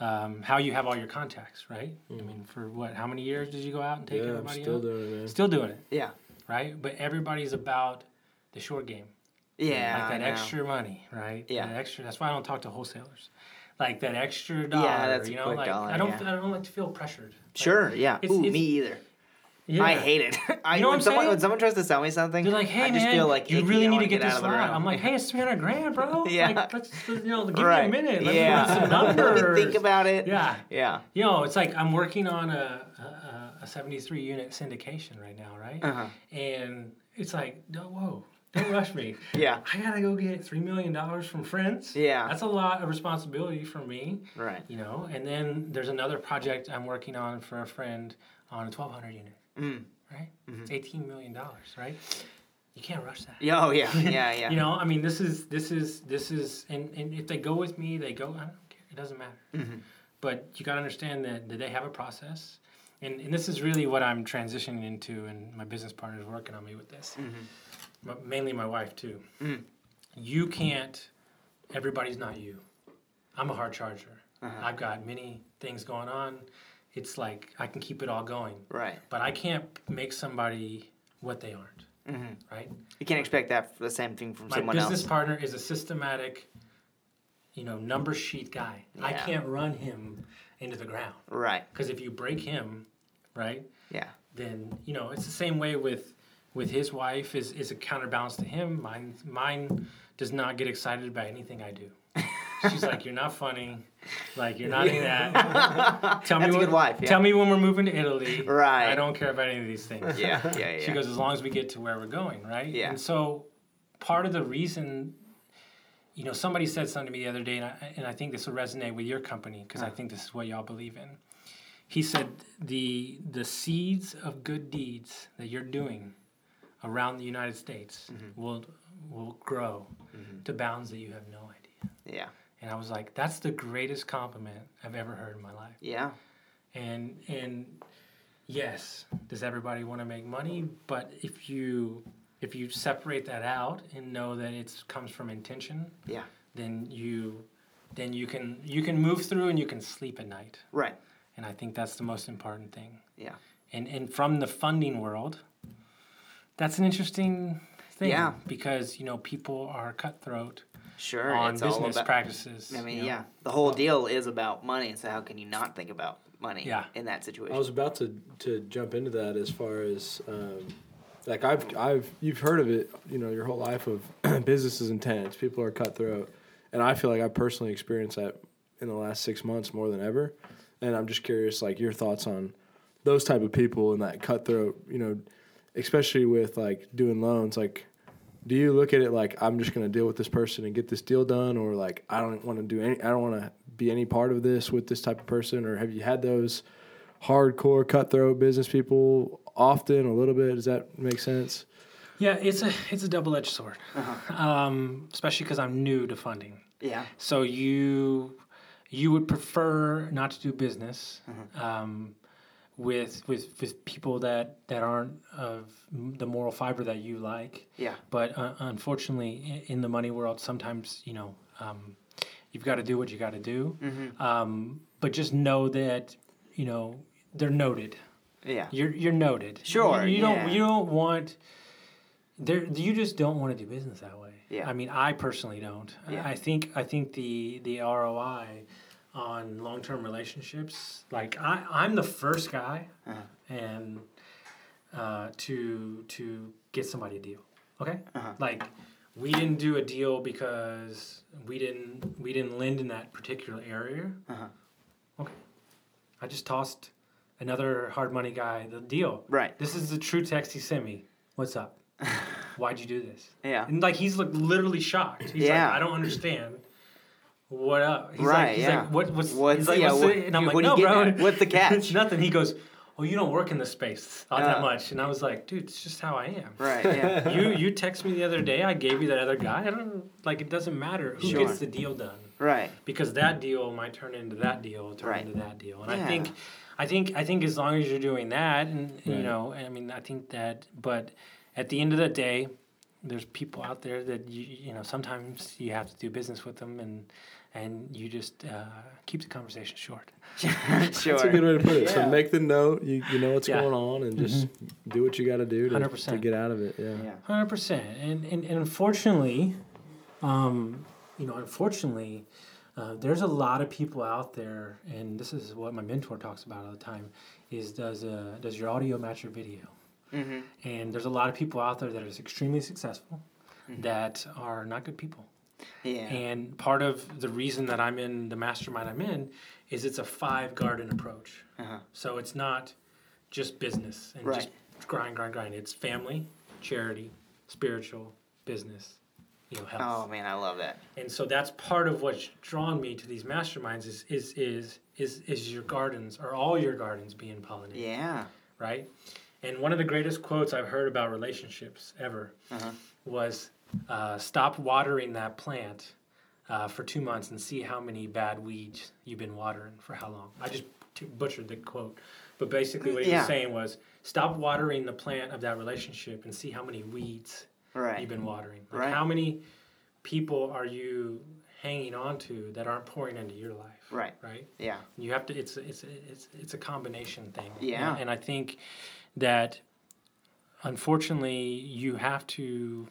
Speaker 6: Um, how you have all your contacts, right? I mean, for what? How many years did you go out and take
Speaker 3: Mm. Yeah, I'm
Speaker 6: everybody
Speaker 3: still
Speaker 6: out?
Speaker 3: doing it, man.
Speaker 6: Still doing it,
Speaker 7: Yeah.
Speaker 6: right? But everybody's about the short game,
Speaker 7: Yeah.
Speaker 6: like that
Speaker 7: I know.
Speaker 6: extra money, right?
Speaker 7: Yeah.
Speaker 6: That extra. That's why I don't talk to wholesalers, like that extra dollar.
Speaker 7: that's a
Speaker 6: you know,
Speaker 7: quick
Speaker 6: like
Speaker 7: dollar,
Speaker 6: I don't,
Speaker 7: yeah.
Speaker 6: I don't like to feel pressured.
Speaker 7: Sure. Yeah.
Speaker 6: It's-
Speaker 7: Ooh,
Speaker 6: it's-
Speaker 7: me either.
Speaker 6: Yeah.
Speaker 7: I hate it. I,
Speaker 6: You know what
Speaker 7: when,
Speaker 6: I'm
Speaker 7: someone,
Speaker 6: saying?
Speaker 7: when someone tries to sell me something,
Speaker 6: They're like, hey
Speaker 7: I
Speaker 6: man,
Speaker 7: just feel like
Speaker 6: you
Speaker 7: icky.
Speaker 6: really
Speaker 7: I
Speaker 6: need
Speaker 7: wanna
Speaker 6: to get, this
Speaker 7: out of the
Speaker 6: lot.
Speaker 7: room.
Speaker 6: I'm like, hey, it's 300 grand, bro.
Speaker 7: Yeah.
Speaker 6: Like, let's, you know, give
Speaker 7: right.
Speaker 6: me a minute. Let's
Speaker 7: yeah.
Speaker 6: run some
Speaker 7: Let
Speaker 6: numbers.
Speaker 7: me think about it.
Speaker 6: Yeah.
Speaker 7: Yeah.
Speaker 6: You know, it's like I'm working on a, a- a, a 73 unit syndication right now, right?
Speaker 7: Uh-huh.
Speaker 6: And it's like, no, whoa, don't rush me.
Speaker 7: Yeah.
Speaker 6: I gotta go get $3 million from friends.
Speaker 7: Yeah.
Speaker 6: That's a lot of responsibility for me.
Speaker 7: Right.
Speaker 6: You know, and then there's another project I'm working on for a friend on a 1200 unit. Right? It's $18 million, right? You can't rush that.
Speaker 7: Yeah, Oh yeah. Yeah. Yeah.
Speaker 6: You know, I mean, this is this is this is, and, and if they go with me, they go. I don't care. It doesn't matter. But you got to understand that, that they have a process, and and this is really what I'm transitioning into, and my business partner's working on me with this, but mainly my wife too. You can't. Everybody's not you. I'm a hard charger. I've got many things going on. It's like I can keep it all going,
Speaker 7: Right.
Speaker 6: but I can't make somebody what they aren't. Right
Speaker 7: You can't expect that the same thing from
Speaker 6: my
Speaker 7: someone
Speaker 6: business
Speaker 7: else.
Speaker 6: partner is a systematic you know number sheet guy i
Speaker 7: Yeah.
Speaker 6: can't run him into the ground
Speaker 7: Right.
Speaker 6: because if you break him right
Speaker 7: Yeah.
Speaker 6: then you know it's the same way with with his wife is is a counterbalance to him mine mine does not get excited about anything i do she's like you're not funny like you're not in that tell
Speaker 7: That's a
Speaker 6: me
Speaker 7: good
Speaker 6: when,
Speaker 7: wife, yeah.
Speaker 6: tell me when we're moving to italy
Speaker 7: Right.
Speaker 6: i don't care about any of these things
Speaker 7: Yeah. Yeah. Yeah.
Speaker 6: she goes, as long as we get to where we're going, right?
Speaker 7: Yeah.
Speaker 6: And so part of the reason, you know, somebody said something to me the other day, and I, and I think this will resonate with your company because
Speaker 7: Uh-huh.
Speaker 6: I think this is what y'all believe in. He said, the, the seeds of good deeds that you're doing around the United States
Speaker 7: Mm-hmm.
Speaker 6: will will grow to bounds that you have no idea.
Speaker 7: Yeah.
Speaker 6: And I was like, that's the greatest compliment I've ever heard in my life.
Speaker 7: Yeah.
Speaker 6: And and yes, does everybody want to make money? But if you if you separate that out and know that it comes from intention,
Speaker 7: Yeah.
Speaker 6: then you then you can you can move through and you can sleep at night.
Speaker 7: Right.
Speaker 6: And I think that's the most important thing.
Speaker 7: Yeah.
Speaker 6: And and from the funding world, that's an interesting thing
Speaker 7: Yeah.
Speaker 6: because you know people are cutthroat
Speaker 7: Sure.
Speaker 6: on
Speaker 7: it's all
Speaker 6: business
Speaker 7: about.
Speaker 6: practices.
Speaker 7: I mean,
Speaker 6: you know?
Speaker 7: yeah, the whole deal is about money, and so how can you not think about money
Speaker 6: Yeah.
Speaker 7: in that
Speaker 3: I
Speaker 7: situation?
Speaker 3: was about to, to jump into that as far as um, like I've I've you've heard of it, you know, your whole life of business is intense. People are cutthroat, and I feel like I personally experienced that in the last six months more than ever. And I'm just curious, like your thoughts on those type of people and that cutthroat, you know, especially with like doing loans, like. Do you look at it like I'm just going to deal with this person and get this deal done, or like I don't want to do any, I don't want to be any part of this with this type of person, or have you had those hardcore cutthroat business people often a little bit does that make sense
Speaker 6: Yeah, it's a it's a double edged sword, um, especially because I'm new to funding.
Speaker 7: Uh-huh. yeah.
Speaker 6: So you you would prefer not to do business
Speaker 7: Mm-hmm.
Speaker 6: um, with with with people that that aren't of m- the moral fiber that you like.
Speaker 7: Yeah.
Speaker 6: But uh, unfortunately, i- in the money world, sometimes you know um, you've got to do what you got to do.
Speaker 7: Mm-hmm.
Speaker 6: Um, but just know that you know they're noted.
Speaker 7: Yeah.
Speaker 6: You're you're noted.
Speaker 7: Sure,
Speaker 6: You, you
Speaker 7: yeah.
Speaker 6: don't you don't want there you just don't want to do business that way.
Speaker 7: Yeah.
Speaker 6: I mean, I personally don't. I-
Speaker 7: Yeah.
Speaker 6: I think I think the the ROI on long term relationships, like I I'm the first guy
Speaker 7: Uh-huh.
Speaker 6: and uh, to to get somebody a deal. Okay?
Speaker 7: Uh-huh.
Speaker 6: Like we didn't do a deal because we didn't we didn't lend in that particular area.
Speaker 7: Uh-huh.
Speaker 6: Okay. I just tossed another hard money guy the deal.
Speaker 7: Right.
Speaker 6: This is the true text he sent me. What's up? Why'd you do this?
Speaker 7: Yeah.
Speaker 6: And like he's like literally shocked. He's
Speaker 7: Yeah.
Speaker 6: like, I don't understand. What up? He's
Speaker 7: Right,
Speaker 6: Like, he's
Speaker 7: yeah.
Speaker 6: Like, what, what's
Speaker 7: What's-
Speaker 6: he's like,
Speaker 7: yeah,
Speaker 6: what's
Speaker 7: what-
Speaker 6: the-" and I'm
Speaker 7: you-
Speaker 6: like,
Speaker 7: what do you
Speaker 6: no, bro.
Speaker 7: get at? What's the catch?"
Speaker 6: it's nothing. He goes, oh, you don't work in this space not
Speaker 7: Uh.
Speaker 6: that much. And I was like, dude, it's just how I am.
Speaker 7: Right. Yeah.
Speaker 6: You you text me the other day. I gave you that other guy. I don't like. It doesn't matter who
Speaker 7: Sure.
Speaker 6: gets the deal done
Speaker 7: right.
Speaker 6: because that deal might turn into that deal, turn
Speaker 7: Right.
Speaker 6: into that deal, and
Speaker 7: Yeah.
Speaker 6: I think, I think, I think as long as you're doing that, and you
Speaker 3: Right.
Speaker 6: know, I mean, I think that, but at the end of the day, there's people out there that you you know sometimes you have to do business with them, and and you just uh, keep the conversation short.
Speaker 7: sure.
Speaker 3: that's a good way to put it so make the note you, you know what's
Speaker 6: Yeah.
Speaker 3: going on and just do what you got to do to- to
Speaker 6: 100%.
Speaker 3: get out of it yeah,
Speaker 7: Yeah.
Speaker 6: Hundred percent, and and and unfortunately, um, you know, unfortunately, uh, there's a lot of people out there, and this is what my mentor talks about all the time: is does uh, does your audio match your video? And there's a lot of people out there that is extremely successful, that are not good people.
Speaker 7: Yeah.
Speaker 6: And part of the reason that I'm in the mastermind I'm in is it's a five garden approach.
Speaker 7: Uh-huh.
Speaker 6: So it's not just business and
Speaker 7: Right.
Speaker 6: just grind, grind, grind. It's family, charity, spiritual, business, you know, health.
Speaker 7: oh man, I love that.
Speaker 6: And so that's part of what's drawn me to these masterminds is is is is, is your gardens or all your gardens being pollinated
Speaker 7: Yeah.
Speaker 6: right? And one of the greatest quotes I've heard about relationships ever
Speaker 7: Uh-huh.
Speaker 6: was uh, stop watering that plant uh, for two months and see how many bad weeds you've been watering for how long. I just t- butchered the quote. But basically, what he
Speaker 7: Yeah.
Speaker 6: was saying was stop watering the plant of that relationship and see how many weeds
Speaker 7: Right.
Speaker 6: you've been watering. Like
Speaker 7: Right.
Speaker 6: How many people are you hanging on to that aren't pouring into your life?
Speaker 7: Right.
Speaker 6: Right?
Speaker 7: Yeah.
Speaker 6: You have to. It's it's it's it's a combination thing.
Speaker 7: Yeah.
Speaker 6: And, and I think that unfortunately you have to.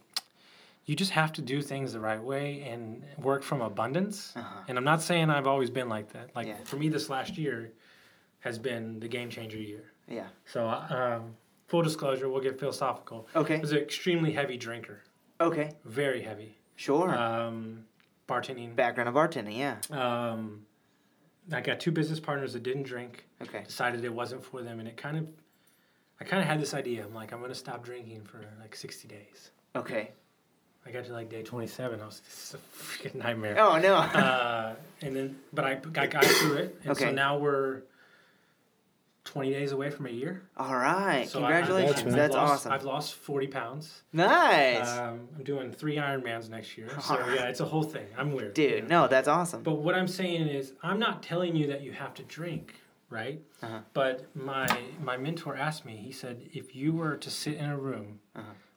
Speaker 6: You just have to do things the right way and work from abundance. And I'm not saying I've always been like that. Like
Speaker 7: Uh-huh. Yeah.
Speaker 6: for me, this last year has been the game changer year.
Speaker 7: Yeah.
Speaker 6: So, um, full disclosure, we'll get philosophical. I
Speaker 7: Okay.
Speaker 6: was an extremely heavy drinker,
Speaker 7: Okay.
Speaker 6: very heavy.
Speaker 7: Sure.
Speaker 6: Um, bartending.
Speaker 7: Background of bartending. Yeah.
Speaker 6: Um, I got two business partners that didn't drink
Speaker 7: Okay.
Speaker 6: decided it wasn't for them and it kind of i kind of had this idea i'm like i'm going to stop drinking for like 60 days
Speaker 7: Okay.
Speaker 6: i got to like day 27 i was this is a freaking nightmare
Speaker 7: Oh no.
Speaker 6: uh, and then but i, I got through it and so
Speaker 7: Okay.
Speaker 6: now we're 20 days away from a year.
Speaker 7: All right.
Speaker 6: So I- I-
Speaker 7: Congratulations.
Speaker 6: I've
Speaker 7: That's
Speaker 6: lost-
Speaker 7: awesome.
Speaker 6: I've lost 40 pounds.
Speaker 7: nice.
Speaker 6: Um, I'm doing three Ironmans next year. So yeah, it's a whole thing. I'm weird.
Speaker 7: Dude,
Speaker 6: yeah.
Speaker 7: no, that's awesome.
Speaker 6: But what I'm saying is, I'm not telling you that you have to drink, right? But my my mentor asked me. He said, if you were to sit in a room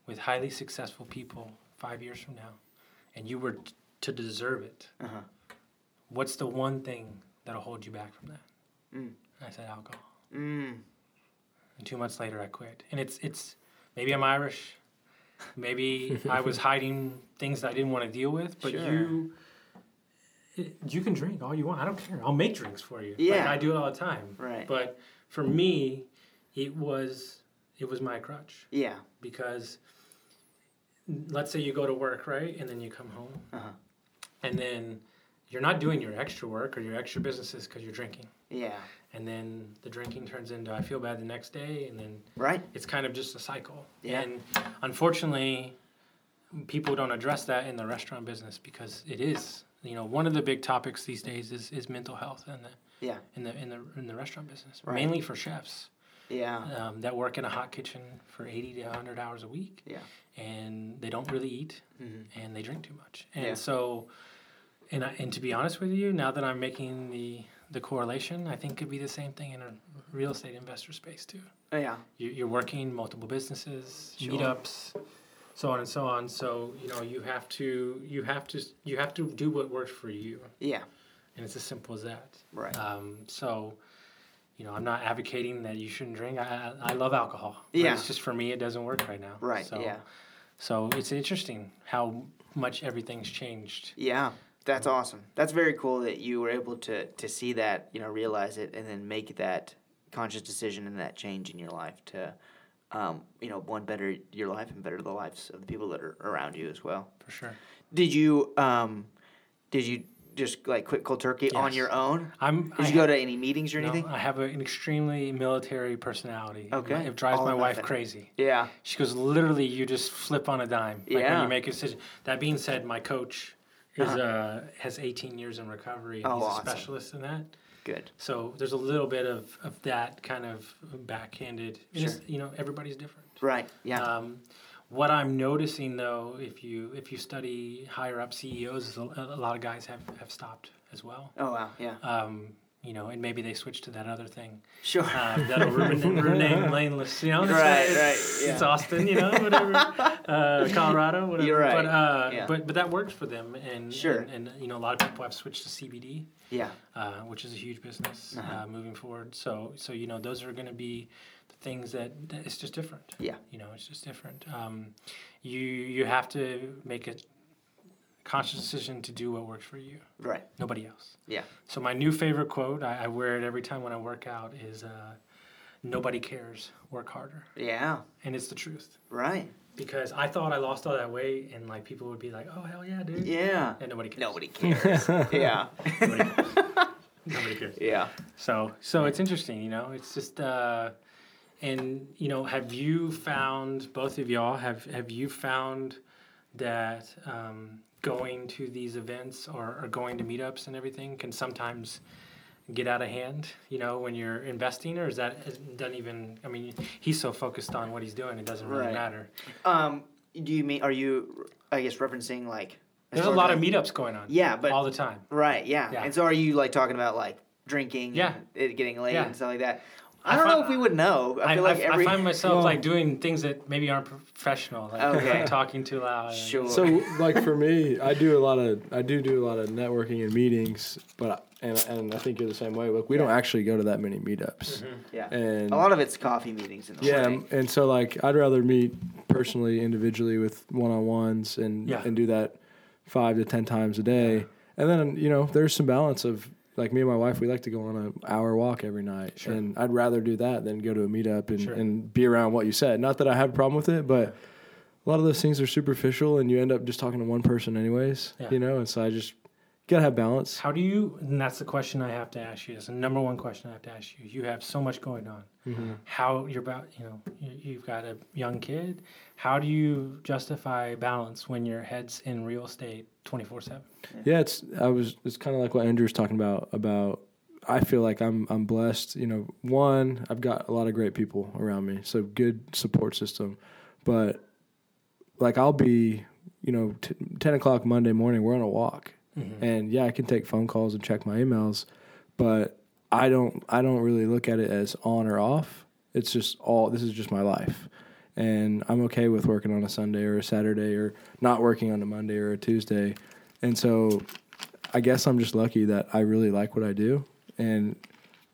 Speaker 6: with highly successful people five years from now, and you were t- to deserve it, what's the one thing that'll hold you back from that? I said alcohol.
Speaker 7: Mm.
Speaker 6: And two months later, I quit. And it's it's maybe I'm Irish, maybe I was hiding things that I didn't want to deal with. But
Speaker 7: Sure.
Speaker 6: you, it- you can drink all you want. I don't care. I'll make drinks for you. like
Speaker 7: Yeah.
Speaker 6: I do it all the time.
Speaker 7: Right.
Speaker 6: But for me, it was it was my crutch
Speaker 7: Yeah.
Speaker 6: because let's say you go to work right and then you come home
Speaker 7: Uh-huh.
Speaker 6: and then you're not doing your extra work or your extra businesses because you're drinking
Speaker 7: Yeah.
Speaker 6: and then the drinking turns into i feel bad the next day and then
Speaker 7: Right?
Speaker 6: it's kind of just a cycle.
Speaker 7: Yeah.
Speaker 6: And unfortunately, people don't address that in the restaurant business because it is, you know, one of the big topics these days is, is mental health in the
Speaker 7: Yeah.
Speaker 6: in the in the in the restaurant business,
Speaker 7: Right.
Speaker 6: mainly for chefs
Speaker 7: Yeah.
Speaker 6: um, that work in a hot kitchen for eighty to hundred hours a week,
Speaker 7: Yeah. Mm-hmm.
Speaker 6: and they don't really eat, and they drink too much, and
Speaker 7: Yeah.
Speaker 6: so. And, I, and to be honest with you, now that I'm making the, the correlation, I think could be the same thing in a real estate investor space too
Speaker 7: Oh, yeah.
Speaker 6: you- you're working multiple businesses
Speaker 7: Sure.
Speaker 6: meetups so on and so on so you know you have to you have to you have to do what works for you
Speaker 7: Yeah.
Speaker 6: and it's as simple as that
Speaker 7: Right.
Speaker 6: um, so you know i'm not advocating that you shouldn't drink i, I I love alcohol but
Speaker 7: Yeah.
Speaker 6: it's just for me it doesn't work right now
Speaker 7: Right,
Speaker 6: so,
Speaker 7: yeah.
Speaker 6: so it's interesting how much everything's changed
Speaker 7: Yeah,
Speaker 6: uh,
Speaker 7: that's awesome. That's very cool that you were able to to see that, you know, realize it, and then make that conscious decision and that change in your life to, um, you know, one better your life and better the lives of the people that are around you as well.
Speaker 6: for sure
Speaker 7: Did you um, did you just like quit cold turkey on
Speaker 6: Yes.
Speaker 7: your own?
Speaker 6: i'm
Speaker 7: Did
Speaker 6: I
Speaker 7: you go to any meetings or
Speaker 6: no,
Speaker 7: anything?
Speaker 6: i have an extremely military personality
Speaker 7: Okay.
Speaker 6: it drives
Speaker 7: All or
Speaker 6: my wife
Speaker 7: nothing.
Speaker 6: crazy
Speaker 7: Yeah.
Speaker 6: She goes, literally, you just flip on a dime. Like when
Speaker 7: Yeah. Uh-huh.
Speaker 6: you make a decision. That being said, my coach is uh, has 18 years in recovery. And
Speaker 7: Oh,
Speaker 6: he's a
Speaker 7: awesome.
Speaker 6: specialist in that.
Speaker 7: Good.
Speaker 6: So there's a little bit of, of that kind of backhanded. and it's- You know, everybody's different.
Speaker 7: Right. Yeah.
Speaker 6: Um, what I'm noticing though, if you if you study higher up CEOs, is a, a lot of guys have, have stopped as well.
Speaker 7: oh wow. Yeah.
Speaker 6: Um, you know, and maybe they switched to that other thing
Speaker 7: sure.
Speaker 6: um, that'll ruin, rename laneless. You know, it's,
Speaker 7: Right,
Speaker 6: it's,
Speaker 7: right,
Speaker 6: it's
Speaker 7: yeah.
Speaker 6: Austin, you know, whatever, uh, Colorado, whatever.
Speaker 7: You're right,
Speaker 6: But, uh,
Speaker 7: yeah.
Speaker 6: but but that works for them, and
Speaker 7: Sure.
Speaker 6: and, and you know, a lot of people have switched to CBD,
Speaker 7: yeah.
Speaker 6: uh, which is a huge business
Speaker 7: Uh-huh.
Speaker 6: uh moving forward. So so you know, those are going to be the things that, that it's just different.
Speaker 7: Yeah.
Speaker 6: You know, it's just different. Um, you you have to make a conscious decision to do what works for you.
Speaker 7: Right.
Speaker 6: Nobody else.
Speaker 7: Yeah.
Speaker 6: So my new favorite quote, I, I wear it every time when I work out, is uh, "Nobody cares, work harder,"
Speaker 7: Yeah.
Speaker 6: and it's the truth.
Speaker 7: Right.
Speaker 6: Because I thought I lost all that weight, and like people would be like, "Oh hell yeah, dude!"
Speaker 7: Yeah.
Speaker 6: And nobody cares.
Speaker 7: Nobody cares. yeah.
Speaker 6: Nobody cares. Nobody cares.
Speaker 7: Yeah.
Speaker 6: So so it's interesting, you know. It's just. Uh, and you know, have you found both of y'all have have you found that um, going to these events or, or going to meetups and everything can sometimes get out of hand? You know, when you're investing, or is that it doesn't even? I mean, he's so focused on what he's doing, it doesn't really
Speaker 7: Right.
Speaker 6: matter.
Speaker 7: Um, do you mean are you? I guess referencing like
Speaker 6: There's a lot of
Speaker 7: meat.
Speaker 6: meetups going on.
Speaker 7: Yeah, but-
Speaker 6: all the time.
Speaker 7: Right. Yeah.
Speaker 6: Yeah.
Speaker 7: And so are you like talking about like drinking?
Speaker 6: Yeah.
Speaker 7: And it getting late
Speaker 6: Yeah.
Speaker 7: and stuff like that. I,
Speaker 6: I
Speaker 7: don't
Speaker 6: fi-
Speaker 7: know if we would know. I
Speaker 6: I,
Speaker 7: feel
Speaker 6: I-
Speaker 7: like
Speaker 6: I
Speaker 7: every.
Speaker 6: find myself like doing things that maybe aren't professional, like
Speaker 7: Okay.
Speaker 6: talking too loud. and-
Speaker 7: sure.
Speaker 3: So like for me, I do a lot of I do do a lot of networking and meetings, but and and I think you're the same way. Look, we don't actually go to that many meetups,
Speaker 7: yeah.
Speaker 3: and
Speaker 7: a lot of it's coffee meetings in the
Speaker 3: yeah, um,
Speaker 7: morning.
Speaker 3: and so like I'd rather meet personally, individually with one on ones, and
Speaker 6: Yeah.
Speaker 3: and do that five to ten times a day, and then you know there's some balance of like me and my wife, we like to go on an hour walk every night, and I'd rather do that than go to a meetup and and be around what you said. Not that I have a problem with it, but a lot of those things are superficial, and you end up just talking to one person anyways,
Speaker 6: Yeah.
Speaker 3: you know. And so I just gotta have balance.
Speaker 6: How do you? And that's the question I have to ask you. That's the number one question I have to ask you. You have so much going on. How you're about? You know, you, you've got a young kid. How do you justify balance when your head's in real estate twenty four seven?
Speaker 3: Yeah, it's I was it's kind of like what Andrew was talking about about I feel like I'm I'm blessed. You know, one, I've got a lot of great people around me, so good support system. But like, I'll be, you know, t- ten o'clock Monday morning. We're on a walk, and yeah, I can take phone calls and check my emails, but I don't I don't really look at it as on or off. It's just all this is just my life. And I'm okay with working on a Sunday or a Saturday or not working on a Monday or a Tuesday. And so I guess I'm just lucky that I really like what I do. And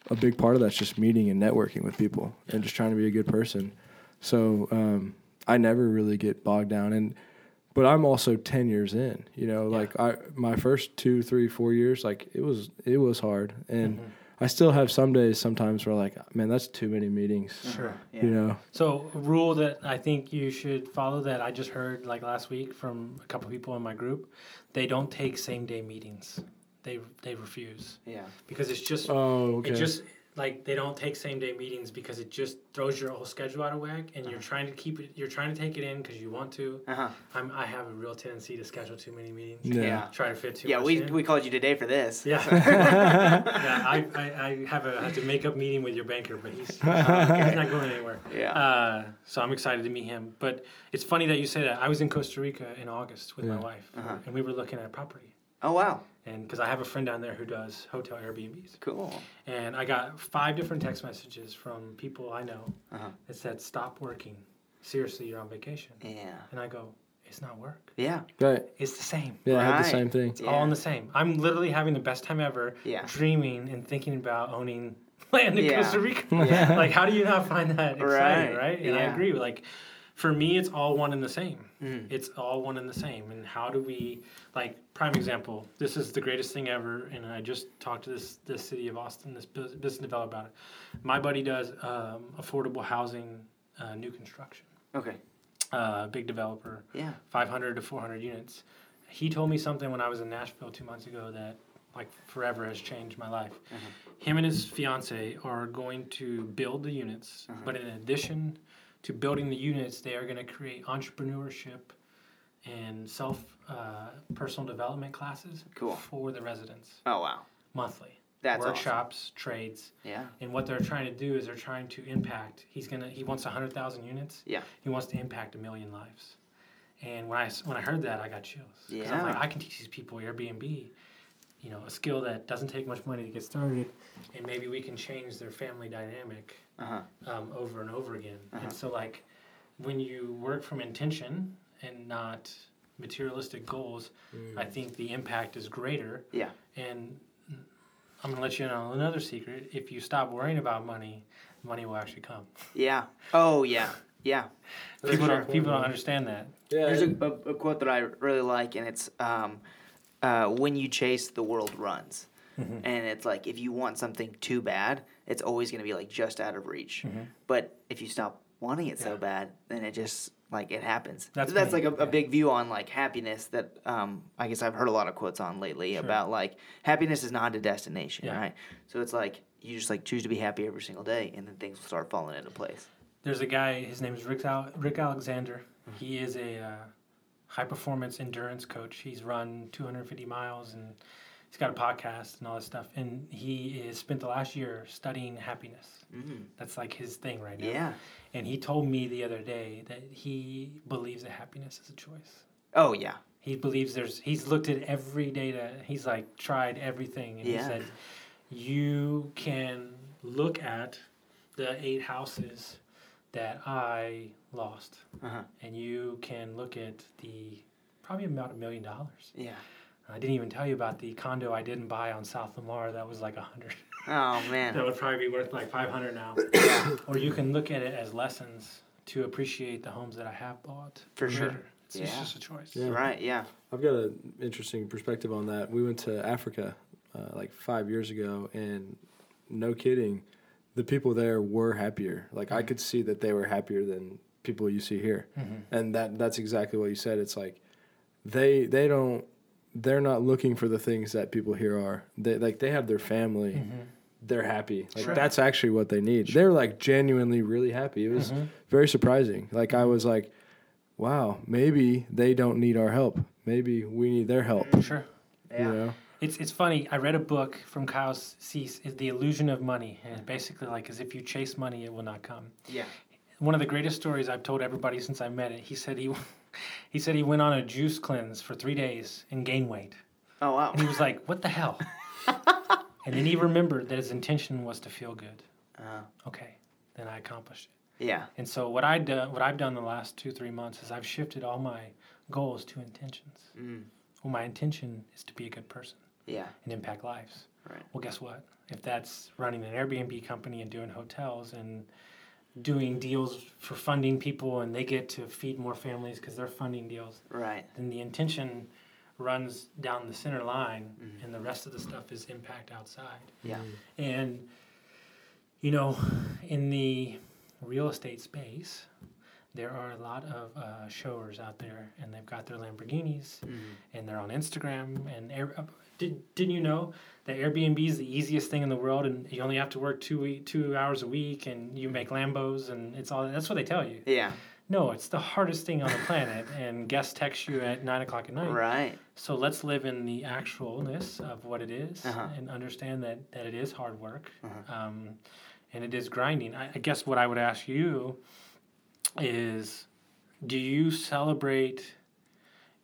Speaker 3: a big part of that's just meeting and networking with people and just trying to be a good person. So um, I never really get bogged down. And but I'm also ten years in. You know, like I my first two, three, four years, like it was it was hard, and
Speaker 7: Mm-hmm.
Speaker 3: I still have some days sometimes where like man, that's too many meetings.
Speaker 6: Sure.
Speaker 3: You know,
Speaker 6: So a rule that I think you should follow that I just heard like last week from a couple people in my group, they don't take same day meetings. They they refuse
Speaker 7: Yeah.
Speaker 6: because it's just
Speaker 3: Oh, okay.
Speaker 6: it just like they don't take same day meetings because it just throws your whole schedule out of whack and you're trying to keep it you're trying to take it in because you want to.
Speaker 7: Uh-huh.
Speaker 6: I'm I have a real tendency to schedule too many meetings.
Speaker 3: Yeah.
Speaker 7: Yeah.
Speaker 6: Try to fit too
Speaker 7: Yeah,
Speaker 6: much
Speaker 7: we,
Speaker 6: in.
Speaker 7: we called you today for this.
Speaker 6: yeah. yeah, I, I, I have a have to make up meeting with your banker, but he's, he's not going anywhere.
Speaker 7: Yeah.
Speaker 6: Uh, so I'm excited to meet him. But it's funny that you say that. I was in Costa Rica in August with my wife,
Speaker 7: Uh-huh.
Speaker 6: and we were looking at property.
Speaker 7: Oh wow,
Speaker 6: And because I have a friend down there who does hotel Airbnbs,
Speaker 7: cool.
Speaker 6: and I got five different text messages from people I know that said, "Stop working. Seriously, you're on vacation."
Speaker 7: Yeah.
Speaker 6: And I go, "It's not work.
Speaker 7: Yeah.
Speaker 3: right?
Speaker 6: It's the same."
Speaker 3: Yeah, I had the
Speaker 7: Right.
Speaker 3: same thing.
Speaker 7: Yeah.
Speaker 6: all in the same. I'm literally having the best time ever,
Speaker 7: Yeah.
Speaker 6: dreaming and thinking about owning land in
Speaker 7: Yeah.
Speaker 6: Costa Rica.
Speaker 7: Yeah.
Speaker 6: like, how do you not find that exciting,
Speaker 7: Right.
Speaker 6: right? And I
Speaker 7: Yeah. Mm.
Speaker 6: agree. Like, for me, it's all one and the same. It's all one and the same. And how do we, like, prime example? This is the greatest thing ever. And I just talked to this this city of Austin, this bus- business developer about it. My buddy does um, affordable housing, uh, new construction,
Speaker 7: Okay.
Speaker 6: uh, big developer.
Speaker 7: Yeah.
Speaker 6: 500 to 400 units. He told me something when I was in Nashville two months ago that like forever has changed my life.
Speaker 7: Mm-hmm.
Speaker 6: Him and his fiance are going to build the units,
Speaker 7: Mm-hmm.
Speaker 6: but in addition to building the units, they are going to create entrepreneurship and self uh, personal development classes
Speaker 7: Cool.
Speaker 6: for the residents
Speaker 7: Oh wow.
Speaker 6: monthly.
Speaker 7: That's awesome.
Speaker 6: workshops, trades,
Speaker 7: Yeah.
Speaker 6: and what they're trying to do is they're trying to impact. He's gonna. He wants hundred thousand units.
Speaker 7: Yeah.
Speaker 6: He wants to impact a million lives. And when I s- when I heard that, I got chills. 'Cause
Speaker 7: Yeah.
Speaker 6: I'm like, I can teach these people Airbnb, you know, a skill that doesn't take much money to get started, and maybe we can change their family dynamic
Speaker 7: Uh-huh.
Speaker 6: um, over and over again. And so, like, when you work from intention and not materialistic goals, I think the impact is greater.
Speaker 7: Yeah.
Speaker 6: And I'm gonna let you in on another secret. If you stop worrying about money, money will actually come.
Speaker 7: Yeah. Oh yeah. Yeah.
Speaker 6: People
Speaker 7: sure.
Speaker 6: don't people don't understand that.
Speaker 3: Yeah,
Speaker 7: There's a, a, a quote that I really like, and it's um, uh, "When you chase, the world runs." And it's like if you want something too bad, it's always going to be like just out of reach. But if you stop wanting it so bad, then it just like it happens.
Speaker 6: That's
Speaker 7: That's, that's
Speaker 6: me,
Speaker 7: like a, a big view on like happiness that um, I guess I've heard a lot of quotes on lately about like happiness is not a destination,
Speaker 6: Yeah.
Speaker 7: right? So it's like you just like choose to be happy every single day, and then things will start falling into place.
Speaker 6: There's a guy. His name is Rick Al- Rick Alexander. He is a uh, high performance endurance coach. He's run 250 miles and he's got a podcast and all this stuff. And he has spent the last year studying happiness. That's like his thing right now.
Speaker 7: Yeah.
Speaker 6: And he told me the other day that he believes that happiness is a choice.
Speaker 7: Oh yeah.
Speaker 6: He believes there's. He's looked at every data. He's like tried everything, and he
Speaker 7: Yeah.
Speaker 6: said, "You can look at the eight houses that I lost,
Speaker 7: Uh-huh.
Speaker 6: and you can look at the probably about a million dollars.
Speaker 7: Yeah.
Speaker 6: I didn't even tell you about the condo I didn't buy on South Lamar. That was like a hundred.
Speaker 7: Oh man.
Speaker 6: that would probably be worth like five hundred now. or you can look at it as lessons to appreciate the homes that I have bought.
Speaker 7: For sure.
Speaker 6: later. It's, it's
Speaker 7: Yeah.
Speaker 6: just a choice.
Speaker 7: Right. Yeah.
Speaker 3: I've got an interesting perspective on that. We went to Africa uh, like five years ago, and no kidding, the people there were happier. Like I could see that they were happier than people you see here, and that that's exactly what you said. It's like they they don't they're not looking for the things that people here are. They like they have their family. They're happy. Like that's actually what they need. They're like genuinely really happy. It was very surprising. Like I was like, wow, maybe they don't need our help. Maybe we need their help.
Speaker 6: Sure.
Speaker 3: You know?
Speaker 6: It's it's funny. I read a book from Kyle Cease, "The Illusion of Money," and it's basically like as if you chase money, it will not come.
Speaker 7: Yeah.
Speaker 6: One of the greatest stories I've told everybody since I met it. He said he, he said he went on a juice cleanse for three days and gained weight.
Speaker 7: Oh wow.
Speaker 6: He was like, "What the hell?" and then he remembered that his intention was to feel good. Okay, then I accomplished it.
Speaker 7: Yeah.
Speaker 6: And so what I do, what I've done the last two three months is I've shifted all my goals to intentions. Well, my intention is to be a good person
Speaker 7: Yeah.
Speaker 6: and impact lives.
Speaker 7: Right.
Speaker 6: Well, guess what? If that's running an Airbnb company and doing hotels and doing deals for funding people and they get to feed more families because they're funding deals,
Speaker 7: Right.
Speaker 6: then the intention runs down the center line and the rest of the stuff is impact outside.
Speaker 7: Mm-hmm. Yeah.
Speaker 6: And, you know, in the real estate space, there are a lot of uh, showers out there, and they've got their Lamborghinis,
Speaker 7: Mm-hmm.
Speaker 6: and they're on Instagram. And Air- uh, did didn't you know that Airbnb is the easiest thing in the world, and you only have to work two we- two hours a week, and you make Lambos, and it's all that's what they tell you.
Speaker 7: Yeah.
Speaker 6: No, it's the hardest thing on the planet, and guests text you at nine o'clock at night.
Speaker 7: Right.
Speaker 6: So let's live in the actualness of what it is
Speaker 7: Uh-huh.
Speaker 6: and understand that, that it is hard work um, and it is grinding. I, I guess what I would ask you is do you celebrate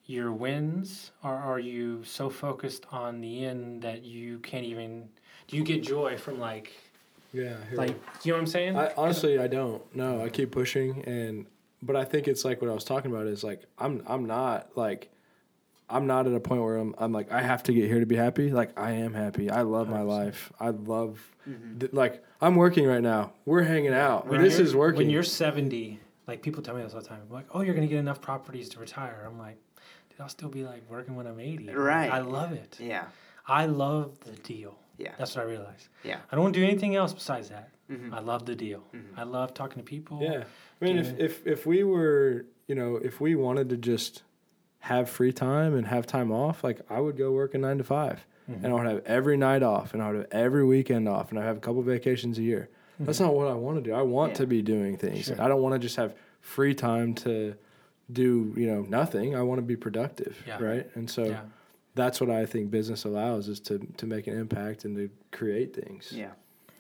Speaker 6: your wins or are you so focused on the end that you can't even? Do you get joy from like,
Speaker 3: Yeah. I hear
Speaker 6: like
Speaker 3: you.
Speaker 6: you know what I'm saying?
Speaker 3: I honestly I don't. No, I keep pushing and but I think it's like what I was talking about is like I'm I'm not like I'm not at a point where I'm I'm like I have to get here to be happy. Like I am happy. I love my life. I love
Speaker 6: Mm-hmm.
Speaker 3: th- like I'm working right now. We're hanging out.
Speaker 6: When
Speaker 3: This
Speaker 6: you're-
Speaker 3: is working.
Speaker 6: When you're 70, like people tell me this all the time, like, oh, you're going to get enough properties to retire. I'm like, dude, I'll still be like working when I'm 80. Like,
Speaker 7: Right.
Speaker 6: I love it.
Speaker 7: Yeah.
Speaker 6: I love the deal.
Speaker 7: Yeah.
Speaker 6: That's what I realized.
Speaker 7: Yeah. Mm-hmm.
Speaker 6: I don't want to do anything else besides that. I love the deal. I love talking to people.
Speaker 3: Yeah. I mean, if, if if we were, you know, if we wanted to just have free time and have time off, like I would go work a nine to 5
Speaker 6: Mm-hmm.
Speaker 3: and I would have every night off and I would have every weekend off and I would have a couple vacations a year.
Speaker 6: Mm-hmm.
Speaker 3: That's not what I want to do. I want to be doing things. I don't want to just have free time to do, you know, nothing. I want to be productive.
Speaker 6: Yeah.
Speaker 3: Right. And so
Speaker 6: Yeah.
Speaker 3: that's what I think business allows is to, to make an impact and to create things.
Speaker 7: Yeah.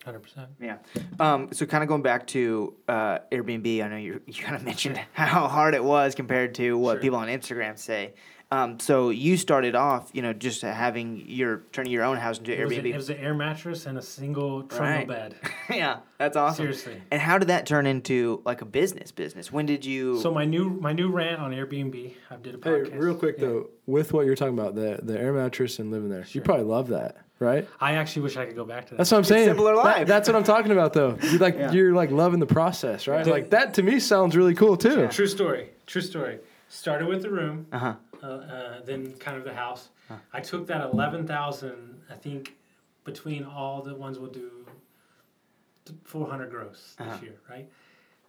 Speaker 6: 100%.
Speaker 7: Yeah. Um, so kind of going back to uh, Airbnb, I know you you kind of mentioned how hard it was compared to what people on Instagram say. Um, so you started off, you know, just having your turning your own house into
Speaker 6: It was, a-
Speaker 7: Airbnb.
Speaker 6: it was an air mattress and a single trundle
Speaker 7: Right.
Speaker 6: bed.
Speaker 7: yeah, that's awesome.
Speaker 6: Seriously.
Speaker 7: And how did that turn into like a business? Business? When did you?
Speaker 6: So my new my new rant on Airbnb, I did a
Speaker 3: Hey,
Speaker 6: podcast.
Speaker 3: real quick
Speaker 6: Yeah.
Speaker 3: though, with what you're talking about, the the air mattress and living there, you probably love that, right?
Speaker 6: I actually wish I could go back to that.
Speaker 3: That's what I'm saying.
Speaker 7: similar
Speaker 3: That-
Speaker 7: life.
Speaker 3: that's what I'm talking about though. You like you're like loving the process, right? Like that to me sounds really cool too.
Speaker 6: True story. True story. Started with the room, uh-huh. uh, uh, then kind of the house. I took that eleven thousand. I think between all the ones we'll do, four hundred gross this year, right?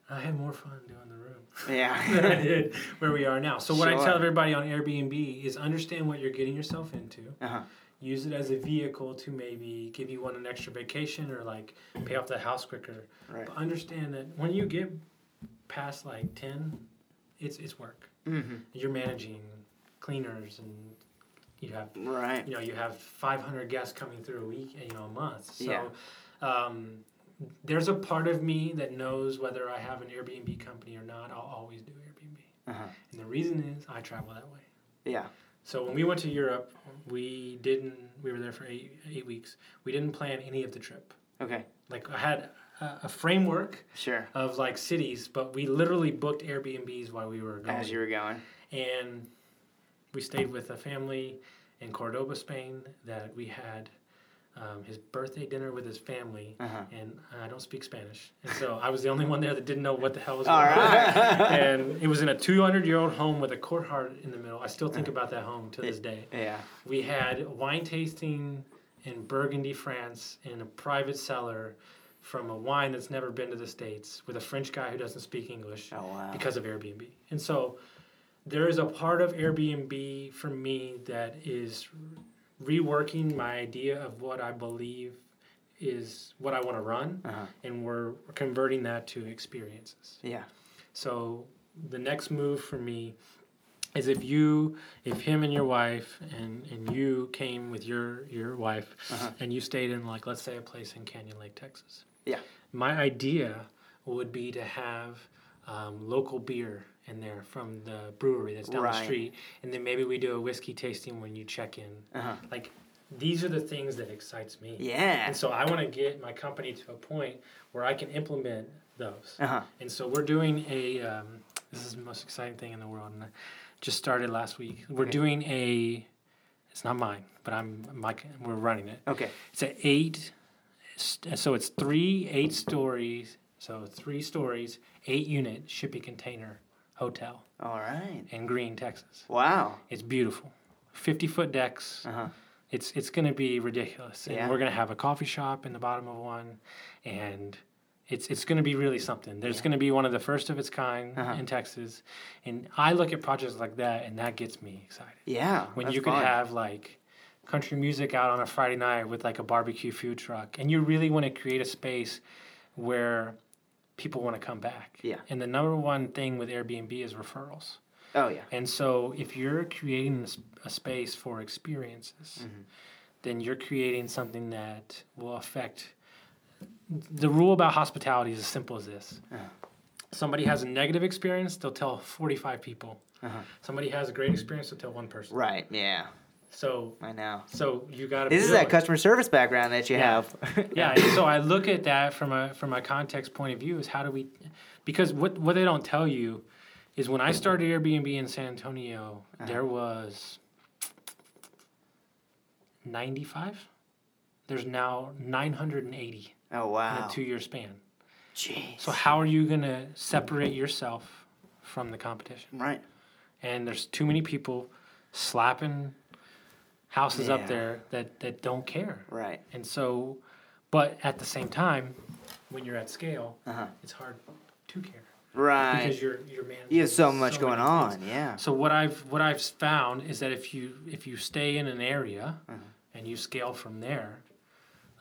Speaker 6: I had more fun doing the room
Speaker 7: yeah.
Speaker 6: than I did where we are now. So what I
Speaker 7: Sure.
Speaker 6: tell everybody on Airbnb is understand what you're getting yourself into.
Speaker 7: Uh-huh.
Speaker 6: Use it as a vehicle to maybe give you one an extra vacation or like pay off the house quicker.
Speaker 7: Right.
Speaker 6: But understand that when you get past like ten, it's it's work.
Speaker 7: Mm-hmm.
Speaker 6: You're managing cleaners and you have
Speaker 7: Right.
Speaker 6: you know you have 500 guests coming through a week you know a month so
Speaker 7: Yeah.
Speaker 6: um, there's a part of me that knows whether i have an airbnb company or not i'll always do airbnb
Speaker 7: Uh-huh.
Speaker 6: and the reason is i travel that way
Speaker 7: Yeah.
Speaker 6: so when we went to europe we didn't we were there for eight, eight weeks we didn't plan any of the trip
Speaker 7: Okay.
Speaker 6: like i had a, a framework
Speaker 7: Sure.
Speaker 6: of like cities but we literally booked airbnbs while we were going
Speaker 7: As you were going.
Speaker 6: and we stayed with a family in Cordoba, Spain. That we had um, his birthday dinner with his family, and I don't speak Spanish, and so I was the only one there that didn't know what the hell was going on. And it was in a 200 year old home with a courtyard in the middle. I still think about that home to this day.
Speaker 7: Yeah.
Speaker 6: We had wine tasting in Burgundy, France, in a private cellar from a wine that's never been to the States with a French guy who doesn't speak English
Speaker 7: Oh, wow.
Speaker 6: because of Airbnb. And so there is a part of Airbnb for me that is reworking my idea of what I believe is what I want to run,
Speaker 7: Uh-huh.
Speaker 6: and we're converting that to experiences.
Speaker 7: Yeah.
Speaker 6: So the next move for me is if you if him and your wife and and you came with your your wife
Speaker 7: Uh-huh.
Speaker 6: and you stayed in like let's say a place in Canyon Lake, Texas.
Speaker 7: Yeah.
Speaker 6: My idea would be to have um, local beer in there from the brewery that's down
Speaker 7: Right.
Speaker 6: the street, and then maybe we do a whiskey tasting when you check in. Like these are the things that excites me.
Speaker 7: Uh-huh. Yeah.
Speaker 6: And so I want to get my company to a point where I can implement those.
Speaker 7: Uh-huh.
Speaker 6: And so we're doing a. Um, this is the most exciting thing in the world, and I just started last week. We're doing a. It's not mine, but I'm my. We're running it.
Speaker 7: Okay.
Speaker 6: It's an eight, st- so it's three eight stories, so three stories, eight unit shipping container hotel
Speaker 7: All right.
Speaker 6: in Green, Texas.
Speaker 7: Wow.
Speaker 6: It's beautiful, fifty foot decks. It's it's going to be ridiculous, and
Speaker 7: Uh-huh. Yeah.
Speaker 6: we're going to have a coffee shop in the bottom of one, and it's it's going to be really something. There's going to be one of the first of its kind
Speaker 7: Uh-huh.
Speaker 6: in Texas, and I look at projects like that, and that gets me excited
Speaker 7: Yeah.
Speaker 6: when
Speaker 7: that's
Speaker 6: you could
Speaker 7: fun.
Speaker 6: have like country music out on a Friday night with like a barbecue food truck, and you really want to create a space where people want to come back.
Speaker 7: Yeah.
Speaker 6: And the number one thing with Airbnb is referrals.
Speaker 7: Oh yeah.
Speaker 6: And so if you're creating a s- a space for experiences,
Speaker 7: Mm-hmm.
Speaker 6: then you're creating something that will affect. The rule about hospitality is as simple as this.
Speaker 7: Uh-huh.
Speaker 6: Somebody has a negative experience, they'll tell 45 people.
Speaker 7: Uh-huh.
Speaker 6: Somebody has a great experience, they'll tell one person.
Speaker 7: Right. Yeah.
Speaker 6: So,
Speaker 7: I know.
Speaker 6: so you got to.
Speaker 7: This is that customer service background that you have.
Speaker 6: Yeah. and so I look at that from a from a context point of view is how do we, because what what they don't tell you, is when I started Airbnb in San Antonio,
Speaker 7: Uh-huh.
Speaker 6: there was. Ninety five. There's now nine hundred and eighty
Speaker 7: oh
Speaker 6: in
Speaker 7: wow.
Speaker 6: a two year span.
Speaker 7: Jeez.
Speaker 6: So how are you gonna separate yourself from the competition?
Speaker 7: Right.
Speaker 6: and there's too many people slapping houses
Speaker 7: Yeah.
Speaker 6: up there that, that don't care.
Speaker 7: Right.
Speaker 6: And so, but at the same time, when you're at scale,
Speaker 7: Uh-huh.
Speaker 6: it's hard to care
Speaker 7: Right.
Speaker 6: because you're you're managing.
Speaker 7: You have so much
Speaker 6: many
Speaker 7: going
Speaker 6: things.
Speaker 7: on. Yeah.
Speaker 6: So what I've what I've found is that if you if you stay in an area
Speaker 7: Uh-huh.
Speaker 6: and you scale from there,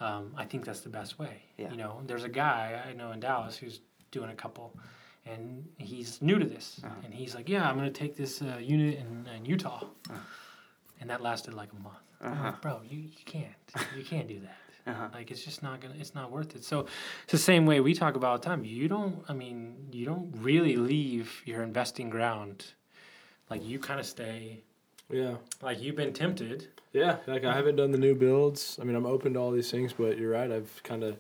Speaker 6: um, I think that's the best way.
Speaker 7: Yeah.
Speaker 6: You know, there's a guy I know in Dallas who's doing a couple, and he's new to this,
Speaker 7: Uh-huh.
Speaker 6: and he's like, "Yeah, I'm gonna take this uh, unit in, in Utah,"
Speaker 7: Uh-huh.
Speaker 6: and that lasted like a month. I'm like, Bro, you, you can't you can't do that.
Speaker 7: Uh-huh.
Speaker 6: Like it's just not gonna it's not worth it. So it's the same way we talk about all the time. You don't I mean you don't really leave your investing ground. Like you kind of stay
Speaker 3: Yeah.
Speaker 6: like you've been tempted.
Speaker 3: Yeah. Like I haven't done the new builds. I mean, I'm open to all these things, but you're right. I've kind of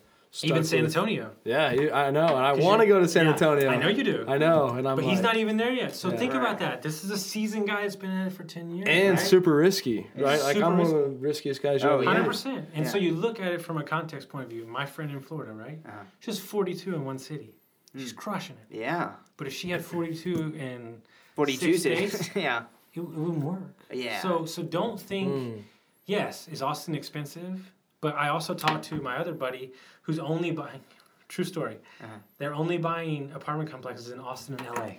Speaker 6: Even San Antonio.
Speaker 3: Yeah, you, I know, and I
Speaker 6: 'Cause
Speaker 3: want to
Speaker 6: you're-
Speaker 3: go to San
Speaker 6: yeah,
Speaker 3: Antonio.
Speaker 6: I know you do.
Speaker 3: I know, and I'm.
Speaker 6: But he's
Speaker 3: like-
Speaker 6: not even there yet. So think
Speaker 7: Right.
Speaker 6: about that. This is a seasoned guy that's been in it for 10 years.
Speaker 3: and
Speaker 6: right?
Speaker 3: super risky, right? Like
Speaker 6: super
Speaker 3: I'm one of the riskiest guys you
Speaker 7: Oh,
Speaker 3: ever
Speaker 7: yeah.
Speaker 3: met.
Speaker 6: 100%. And so
Speaker 7: Yeah.
Speaker 6: you look at it from a context point of view. My friend in Florida, right?
Speaker 7: Uh-huh. Mm.
Speaker 6: She's 42 in one city. She's crushing it.
Speaker 7: Yeah.
Speaker 6: But if she had 42 in
Speaker 7: Forty-two
Speaker 6: six
Speaker 7: cities.
Speaker 6: days,
Speaker 7: yeah.
Speaker 6: it, it wouldn't work.
Speaker 7: Yeah.
Speaker 6: So so don't think. Yes, is Austin expensive? But I also talked to my other buddy who's only buying. True story.
Speaker 7: Uh-huh.
Speaker 6: They're only buying apartment complexes in Austin and LA.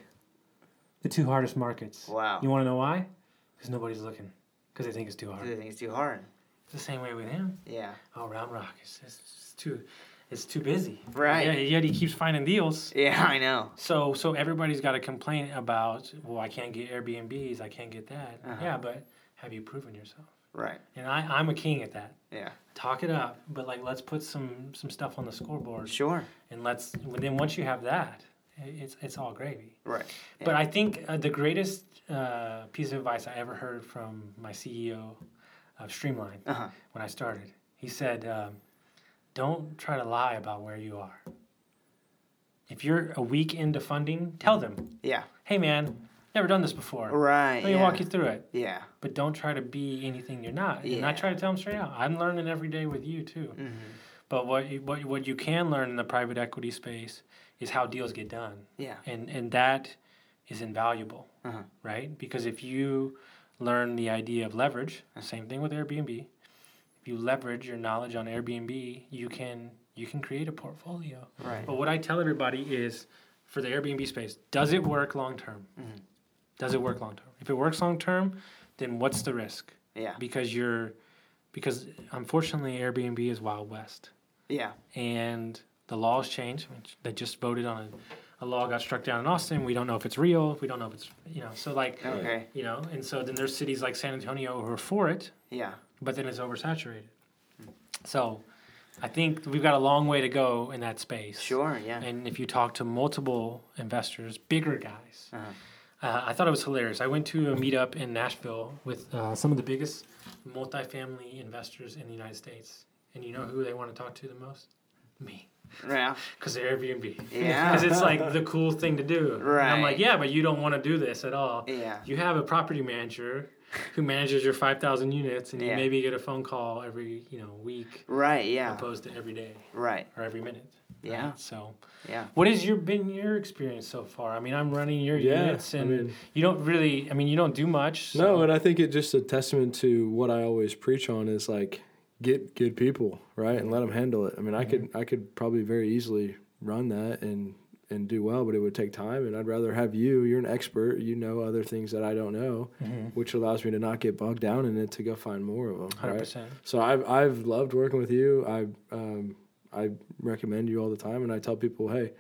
Speaker 6: The two hardest markets.
Speaker 7: Wow.
Speaker 6: You want to know why? Because nobody's looking. Because they think it's too
Speaker 7: I
Speaker 6: hard.
Speaker 7: think it's too hard.
Speaker 6: It's the same way with him.
Speaker 7: Yeah.
Speaker 6: Oh, Round Rock, it's, it's, it's too, it's too busy.
Speaker 7: Right.
Speaker 6: Yeah, yet he keeps finding deals.
Speaker 7: Yeah, I know.
Speaker 6: So so everybody's got a complaint about well I can't get Airbnbs I can't get that
Speaker 7: Uh-huh.
Speaker 6: yeah but have you proven yourself
Speaker 7: Right.
Speaker 6: and I I'm a king at that
Speaker 7: Yeah.
Speaker 6: talk it up but like let's put some some stuff on the scoreboard
Speaker 7: Sure.
Speaker 6: and let's and then once you have that i- it's it's all gravy
Speaker 7: Right.
Speaker 6: but I think uh, the greatest uh, piece of advice I ever heard from my CEO of Streamline
Speaker 7: Uh-huh.
Speaker 6: when I started he said um, don't try to lie about where you are if you're a week into funding tell them
Speaker 7: Yeah.
Speaker 6: hey man, never done this before.
Speaker 7: Right.
Speaker 6: Let me
Speaker 7: yeah.
Speaker 6: walk you through it.
Speaker 7: yeah.
Speaker 6: But don't try to be anything you're not. And I
Speaker 7: Yeah.
Speaker 6: try to tell them straight out. I'm learning every day with you too. But what you, what what you can learn in the private equity space is how deals get done.
Speaker 7: Yeah. Uh-huh.
Speaker 6: And and that is invaluable, right? Because if you learn the idea of leverage,
Speaker 7: Uh-huh.
Speaker 6: same thing with Airbnb. If you leverage your knowledge on Airbnb, you can you can create a portfolio.
Speaker 7: Right.
Speaker 6: But what I tell everybody is, for the Airbnb space, does it work long term?
Speaker 7: Mm-hmm.
Speaker 6: Does it work long term? If it works long term, then what's the risk?
Speaker 7: Yeah.
Speaker 6: Because you're because unfortunately Airbnb is wild west
Speaker 7: Yeah.
Speaker 6: and the laws change. which They just voted on a law got struck down in Austin. We don't know if it's real. We don't know if it's you know. So like
Speaker 7: Okay.
Speaker 6: you know, and so then there's cities like San Antonio who are for it,
Speaker 7: Yeah.
Speaker 6: but then it's oversaturated. So I think we've got a long way to go in that space.
Speaker 7: Sure. Yeah.
Speaker 6: And if you talk to multiple investors, bigger guys,
Speaker 7: Uh-huh.
Speaker 6: uh, I thought it was hilarious. I went to a meetup in Nashville with uh, some of the biggest multifamily investors in the United States. And you know who they want to talk to the most? Me.
Speaker 7: yeah.
Speaker 6: Because they're Airbnb.
Speaker 7: Yeah.
Speaker 6: Because it's like the cool thing to do. And I'm
Speaker 7: Right.
Speaker 6: like, yeah, but you don't want to do this at all.
Speaker 7: Yeah.
Speaker 6: You have a property manager who manages your 5,000 units, and you
Speaker 7: Yeah.
Speaker 6: maybe get a phone call every you know week
Speaker 7: Right. Yeah.
Speaker 6: opposed to every day
Speaker 7: Right.
Speaker 6: or every minute.
Speaker 7: Yeah.
Speaker 6: right? So.
Speaker 7: Yeah.
Speaker 6: What has your been your experience so far? I mean, I'm running your
Speaker 3: Yeah,
Speaker 6: units,
Speaker 3: I
Speaker 6: and
Speaker 3: mean-
Speaker 6: you don't really. I mean, you don't do much. so-
Speaker 3: No, and I think it's just a testament to what I always preach on is like get good people, right, and let them handle it. I mean, I could I could probably very easily run that and and do well, but it would take time. And I'd rather have you. You're an expert. You know other things that I don't know, which allows me to not get bogged down in it to go find more of them.
Speaker 6: 100%.
Speaker 3: So I've I've loved working with you. I um I recommend you all the time, and I tell people, hey.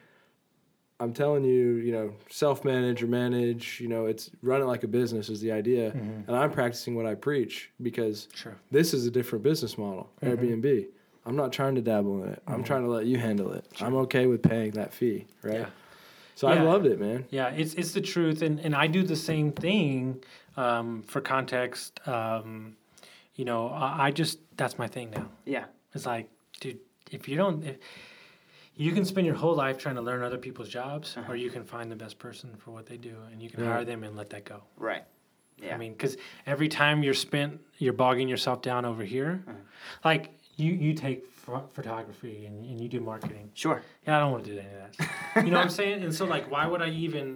Speaker 3: I'm telling you, you know, self manage or manage, you know, it's run it like a business is the idea. And I'm practicing what I preach because
Speaker 6: Mm-hmm. Sure. Mm-hmm.
Speaker 3: this is a different business model, Airbnb. I'm not trying to dabble in it. I'm trying to let you handle it. I'm okay with paying that fee, right?
Speaker 6: Yeah.
Speaker 3: So I
Speaker 6: Yeah.
Speaker 3: loved it, man.
Speaker 6: Yeah, it's it's the truth, and and I do the same thing. Um, for context, um, you know, I, I just that's my thing now.
Speaker 7: Yeah.
Speaker 6: It's like, dude, if you don't, if, you can spend your whole life trying to learn other people's jobs,
Speaker 3: Uh-huh.
Speaker 6: or you can find the best person for what they do, and you can hire them and let that go.
Speaker 7: Right. Yeah.
Speaker 6: I mean, because every time you're spent, you're bogging yourself down over here.
Speaker 7: Uh-huh.
Speaker 6: Like you, you take pho- photography and, and you do marketing.
Speaker 7: sure.
Speaker 6: Yeah, I don't want to do any of that. you know what I'm saying? And so, like, why would I even?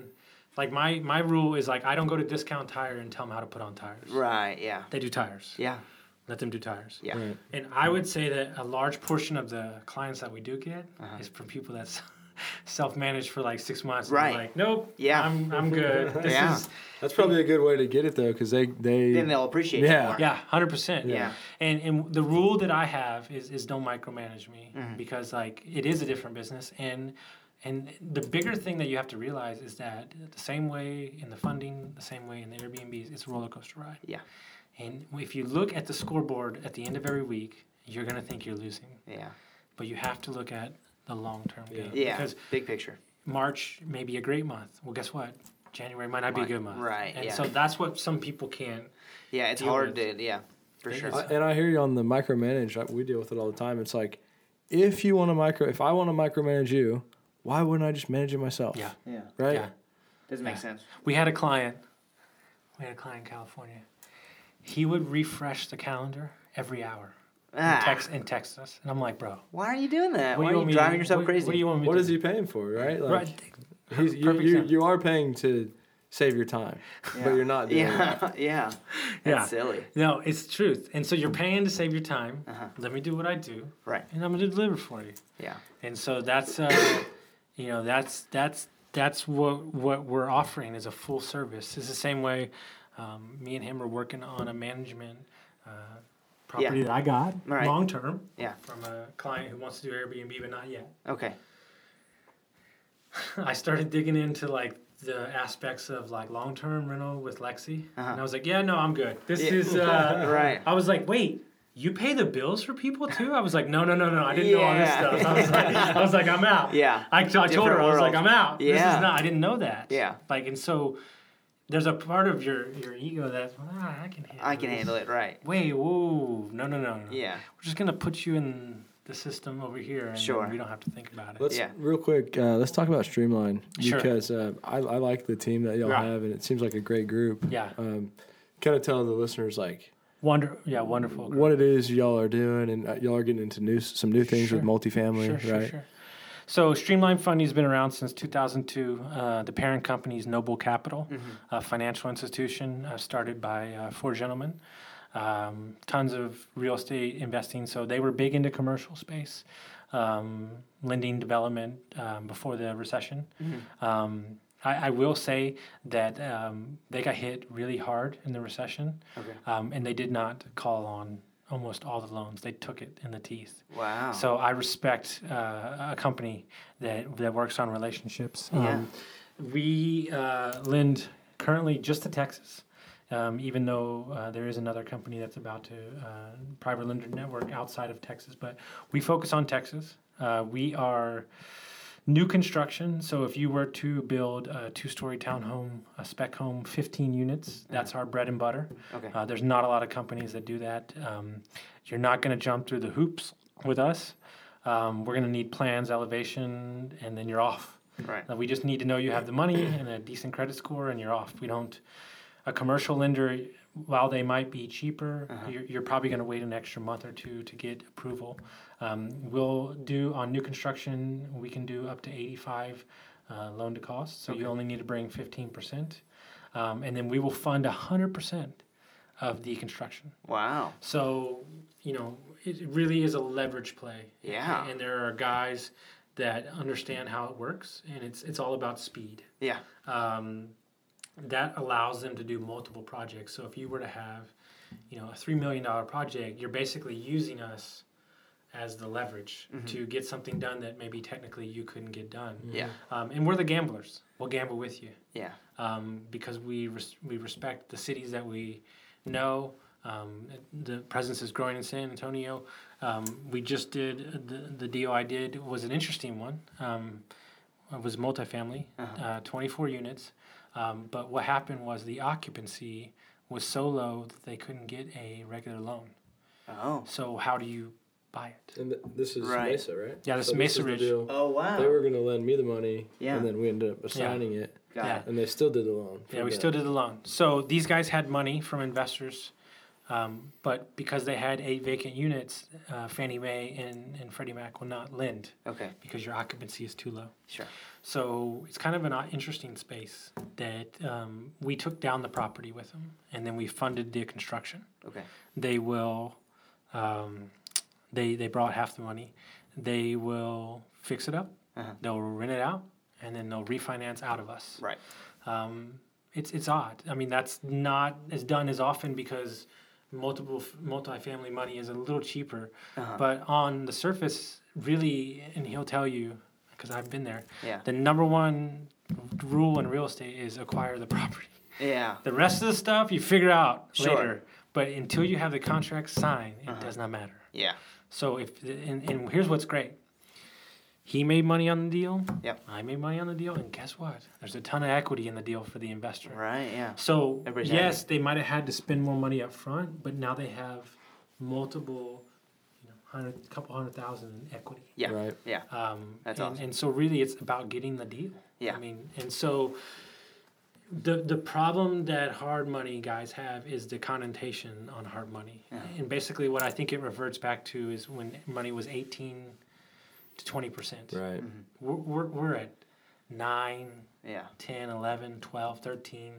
Speaker 6: Like my my rule is like I don't go to discount tire and tell them how to put on tires.
Speaker 7: Right. Yeah.
Speaker 6: They do tires.
Speaker 7: Yeah.
Speaker 6: Let them do tires.
Speaker 7: Yeah.
Speaker 3: Right.
Speaker 6: And I would say that a large portion of the clients that we do get
Speaker 7: Uh-huh.
Speaker 6: is from people that's self-managed for like six months. and they're
Speaker 7: Right.
Speaker 6: Like, nope.
Speaker 7: Yeah.
Speaker 6: I'm I'm good. This
Speaker 7: Yeah.
Speaker 6: is
Speaker 3: That's probably a good way to get it though, because they they
Speaker 7: Then they'll appreciate
Speaker 3: Yeah.
Speaker 7: it more.
Speaker 6: Yeah, hundred percent.
Speaker 7: Yeah.
Speaker 6: And and the rule that I have is is don't micromanage me
Speaker 7: Mm-hmm.
Speaker 6: because like it is a different business and and the bigger thing that you have to realize is that the same way in the funding, the same way in the Airbnbs, it's a roller coaster ride.
Speaker 7: Yeah.
Speaker 6: And if you look at the scoreboard at the end of every week, you're gonna think you're losing,
Speaker 7: Yeah.
Speaker 6: but you have to look at the long term game
Speaker 7: Yeah.
Speaker 6: because
Speaker 7: Big picture.
Speaker 6: March may be a great month. Well, guess what? January might not be a good month.
Speaker 7: right,
Speaker 6: And
Speaker 7: yeah.
Speaker 6: so that's what some people can't.
Speaker 7: Yeah. It's
Speaker 6: Deal
Speaker 7: hard
Speaker 6: with-
Speaker 7: to. Yeah. For
Speaker 6: It
Speaker 7: sure.
Speaker 6: is.
Speaker 3: I, and I hear you on the micromanage. I- We deal with it all the time. It's like, if you want to micro, if I want to micromanage you, why wouldn't I just manage it myself?
Speaker 6: Yeah.
Speaker 7: Yeah.
Speaker 3: Right.
Speaker 6: Yeah.
Speaker 7: Doesn't
Speaker 6: make
Speaker 7: make
Speaker 6: Yeah.
Speaker 7: sense.
Speaker 6: We had a client. We had a client in California. He would refresh the calendar every hour
Speaker 7: Ah.
Speaker 6: and text and text us, and I'm like, bro,
Speaker 7: Why are you doing that?
Speaker 6: what
Speaker 7: Why
Speaker 6: do
Speaker 7: are
Speaker 6: want
Speaker 7: you
Speaker 6: me to-
Speaker 7: driving yourself
Speaker 6: what-
Speaker 7: crazy?
Speaker 6: What do you want me?
Speaker 3: What
Speaker 6: to
Speaker 3: is
Speaker 6: do?
Speaker 3: he paying for? Right. Like,
Speaker 6: Right.
Speaker 3: He's, you,
Speaker 6: Perfect
Speaker 3: you,
Speaker 6: example.
Speaker 3: you are paying to save your time, but you're not doing that.
Speaker 7: yeah. yeah. That's
Speaker 6: Yeah.
Speaker 7: silly.
Speaker 6: No, it's truth. And so you're paying to save your time. Let me do what I do,
Speaker 7: Uh-huh. Right.
Speaker 6: and I'm gonna deliver for you.
Speaker 7: Yeah.
Speaker 6: And so that's, uh, you know, that's that's that's what what we're offering is a full service. It's the same way um, me and him are working on a management uh, property that I got
Speaker 7: Right.
Speaker 6: long term.
Speaker 7: Yeah.
Speaker 6: from a client who wants to do Airbnb but not yet.
Speaker 7: Okay.
Speaker 6: I started digging into like the aspects of like long term rental with Lexi, and I was like, yeah, no, I'm good. This
Speaker 7: Uh-huh. Yeah.
Speaker 6: is uh,
Speaker 7: Right.
Speaker 6: I was like, wait. You pay the bills for people too? I was like, no, no, no, no. I didn't know all this
Speaker 7: Yeah.
Speaker 6: stuff. I was like, I was like I'm out.
Speaker 7: Yeah.
Speaker 6: I, I told her,
Speaker 7: Different
Speaker 6: I was like, I'm
Speaker 7: world.
Speaker 6: out. This
Speaker 7: Yeah.
Speaker 6: is not, I didn't know that.
Speaker 7: Yeah.
Speaker 6: Like, and so there's a part of your, your ego that, ah, I can handle
Speaker 7: I can
Speaker 6: this."
Speaker 7: handle it. Right.
Speaker 6: Wait, whoa. No, no, no, no.
Speaker 7: Yeah.
Speaker 6: We're just going to put you in the system over here and
Speaker 7: Sure.
Speaker 6: we don't have to think about it.
Speaker 3: Let's
Speaker 7: Yeah.
Speaker 3: real quick. Uh, let's talk about Streamline
Speaker 6: Sure.
Speaker 3: because uh, I, I like the team that y'all
Speaker 6: Yeah.
Speaker 3: have, and it seems like a great group.
Speaker 6: Yeah.
Speaker 3: Um, kind of tell the listeners like
Speaker 6: Wonder, yeah, wonderful.
Speaker 3: what it is y'all are doing, and uh, y'all are getting into new some new things
Speaker 6: Sure.
Speaker 3: with multifamily, right?
Speaker 6: So Streamline Funding has been around since 2002. Uh, the parent company is Noble Capital,
Speaker 7: Mm-hmm.
Speaker 6: a financial institution uh, started by uh, four gentlemen. Um, tons of real estate investing. So they were big into commercial space, um, lending development um, before the recession.
Speaker 7: Mm-hmm.
Speaker 6: Um, I, I will say that um, they got hit really hard in the recession,
Speaker 7: Okay.
Speaker 6: um, and they did not call on almost all the loans. They took it in the teeth.
Speaker 7: Wow.
Speaker 6: So I respect uh, a company that that works on relationships. Um, we uh, lend currently just to Texas, um, even though uh, there is another company that's about to uh, private lender network outside of Texas. But we focus on Texas. Uh, we are new construction. So if you were to build a two-story townhome, a spec home, 15 units, that's our bread and butter.
Speaker 7: Okay.
Speaker 6: Uh, there's not a lot of companies that do that. Um, you're not going to jump through the hoops with us. Um, we're going to need plans, elevation, and then you're off.
Speaker 7: Right.
Speaker 6: Uh, we just need to know you have the money and a decent credit score, and you're off. We don't. A commercial lender, while they might be cheaper, you're, you're probably going to wait an extra month or two to get approval. Um, we'll do on new construction. We can do up to 85 uh, loan to cost, so you only need to bring 15 percent, um, and then we will fund 100 percent of the construction.
Speaker 7: Wow.
Speaker 6: So, you know, it it really is a leverage play.
Speaker 7: Yeah.
Speaker 6: And there are guys that understand how it works, and it's it's all about speed.
Speaker 7: Yeah.
Speaker 6: Um, that allows them to do multiple projects. So if you were to have, you know, a three million dollar project, you're basically using us as the leverage
Speaker 7: Mm-hmm.
Speaker 6: to get something done that maybe technically you couldn't get done.
Speaker 7: Yeah.
Speaker 6: Um, and we're the gamblers. We'll gamble with you
Speaker 7: Yeah.
Speaker 6: um, because we res- we respect the cities that we know. Um, the presence is growing in San Antonio. Um, we just did the the deal I did was an interesting one. Um, it was multifamily, uh 24 units. Um, but what happened was the occupancy was so low that they couldn't get a regular loan.
Speaker 7: Oh.
Speaker 6: So how do you buy it?
Speaker 3: And th- this is
Speaker 7: Right.
Speaker 3: Mesa, right?
Speaker 6: Yeah, this is
Speaker 3: So
Speaker 6: Mesa
Speaker 3: the
Speaker 6: Ridge.
Speaker 3: deal.
Speaker 7: Oh wow.
Speaker 3: They were going to lend me the money,
Speaker 7: Yeah.
Speaker 3: and then we ended up assigning it,
Speaker 7: Got
Speaker 6: Yeah.
Speaker 7: it.
Speaker 3: and they still did the loan. for
Speaker 6: Yeah, we
Speaker 3: that.
Speaker 6: still did the loan. So these guys had money from investors, um, but because they had eight vacant units, uh, Fannie Mae and, and Freddie Mac will not lend
Speaker 7: Okay.
Speaker 6: because your occupancy is too low.
Speaker 7: Sure.
Speaker 6: So it's kind of an o- interesting space that um, we took down the property with them, and then we funded the construction.
Speaker 7: Okay.
Speaker 6: They will, um, they they brought half the money. They will fix it up.
Speaker 7: Uh-huh.
Speaker 6: They'll rent it out, and then they'll refinance out of us
Speaker 7: Right.
Speaker 6: um, it's it's odd. I mean, that's not as done as often because multiple f- multifamily money is a little cheaper.
Speaker 7: Uh-huh.
Speaker 6: But on the surface, really, and he'll tell you because I've been there.
Speaker 7: Yeah.
Speaker 6: The number one rule in real estate is acquire the property.
Speaker 7: Yeah.
Speaker 6: The rest of the stuff you figure out
Speaker 7: Sure. Uh-huh.
Speaker 6: later. But until you have the contract signed, it does not matter.
Speaker 7: Yeah.
Speaker 6: So if and, and here's what's great. He made money on the deal.
Speaker 7: Yep.
Speaker 6: I made money on the deal, and guess what? There's a ton of equity in the deal for the investor.
Speaker 7: Right. Yeah.
Speaker 6: So
Speaker 7: Everybody's
Speaker 6: yes, they might have had to spend more money up front, but now they have multiple, you know, hundred, couple hundred thousand in equity.
Speaker 7: Yeah.
Speaker 3: Right.
Speaker 7: Yeah.
Speaker 6: Um,
Speaker 7: That's
Speaker 6: and,
Speaker 7: awesome.
Speaker 6: and so really, it's about getting the deal.
Speaker 7: Yeah.
Speaker 6: I mean, and so the the problem that hard money guys have is the connotation on hard money, and basically what I think it reverts back to is when money was eighteen to twenty percent.
Speaker 3: Right.
Speaker 6: We're, we're we're at nine,
Speaker 7: Yeah.
Speaker 6: 10 11 12 13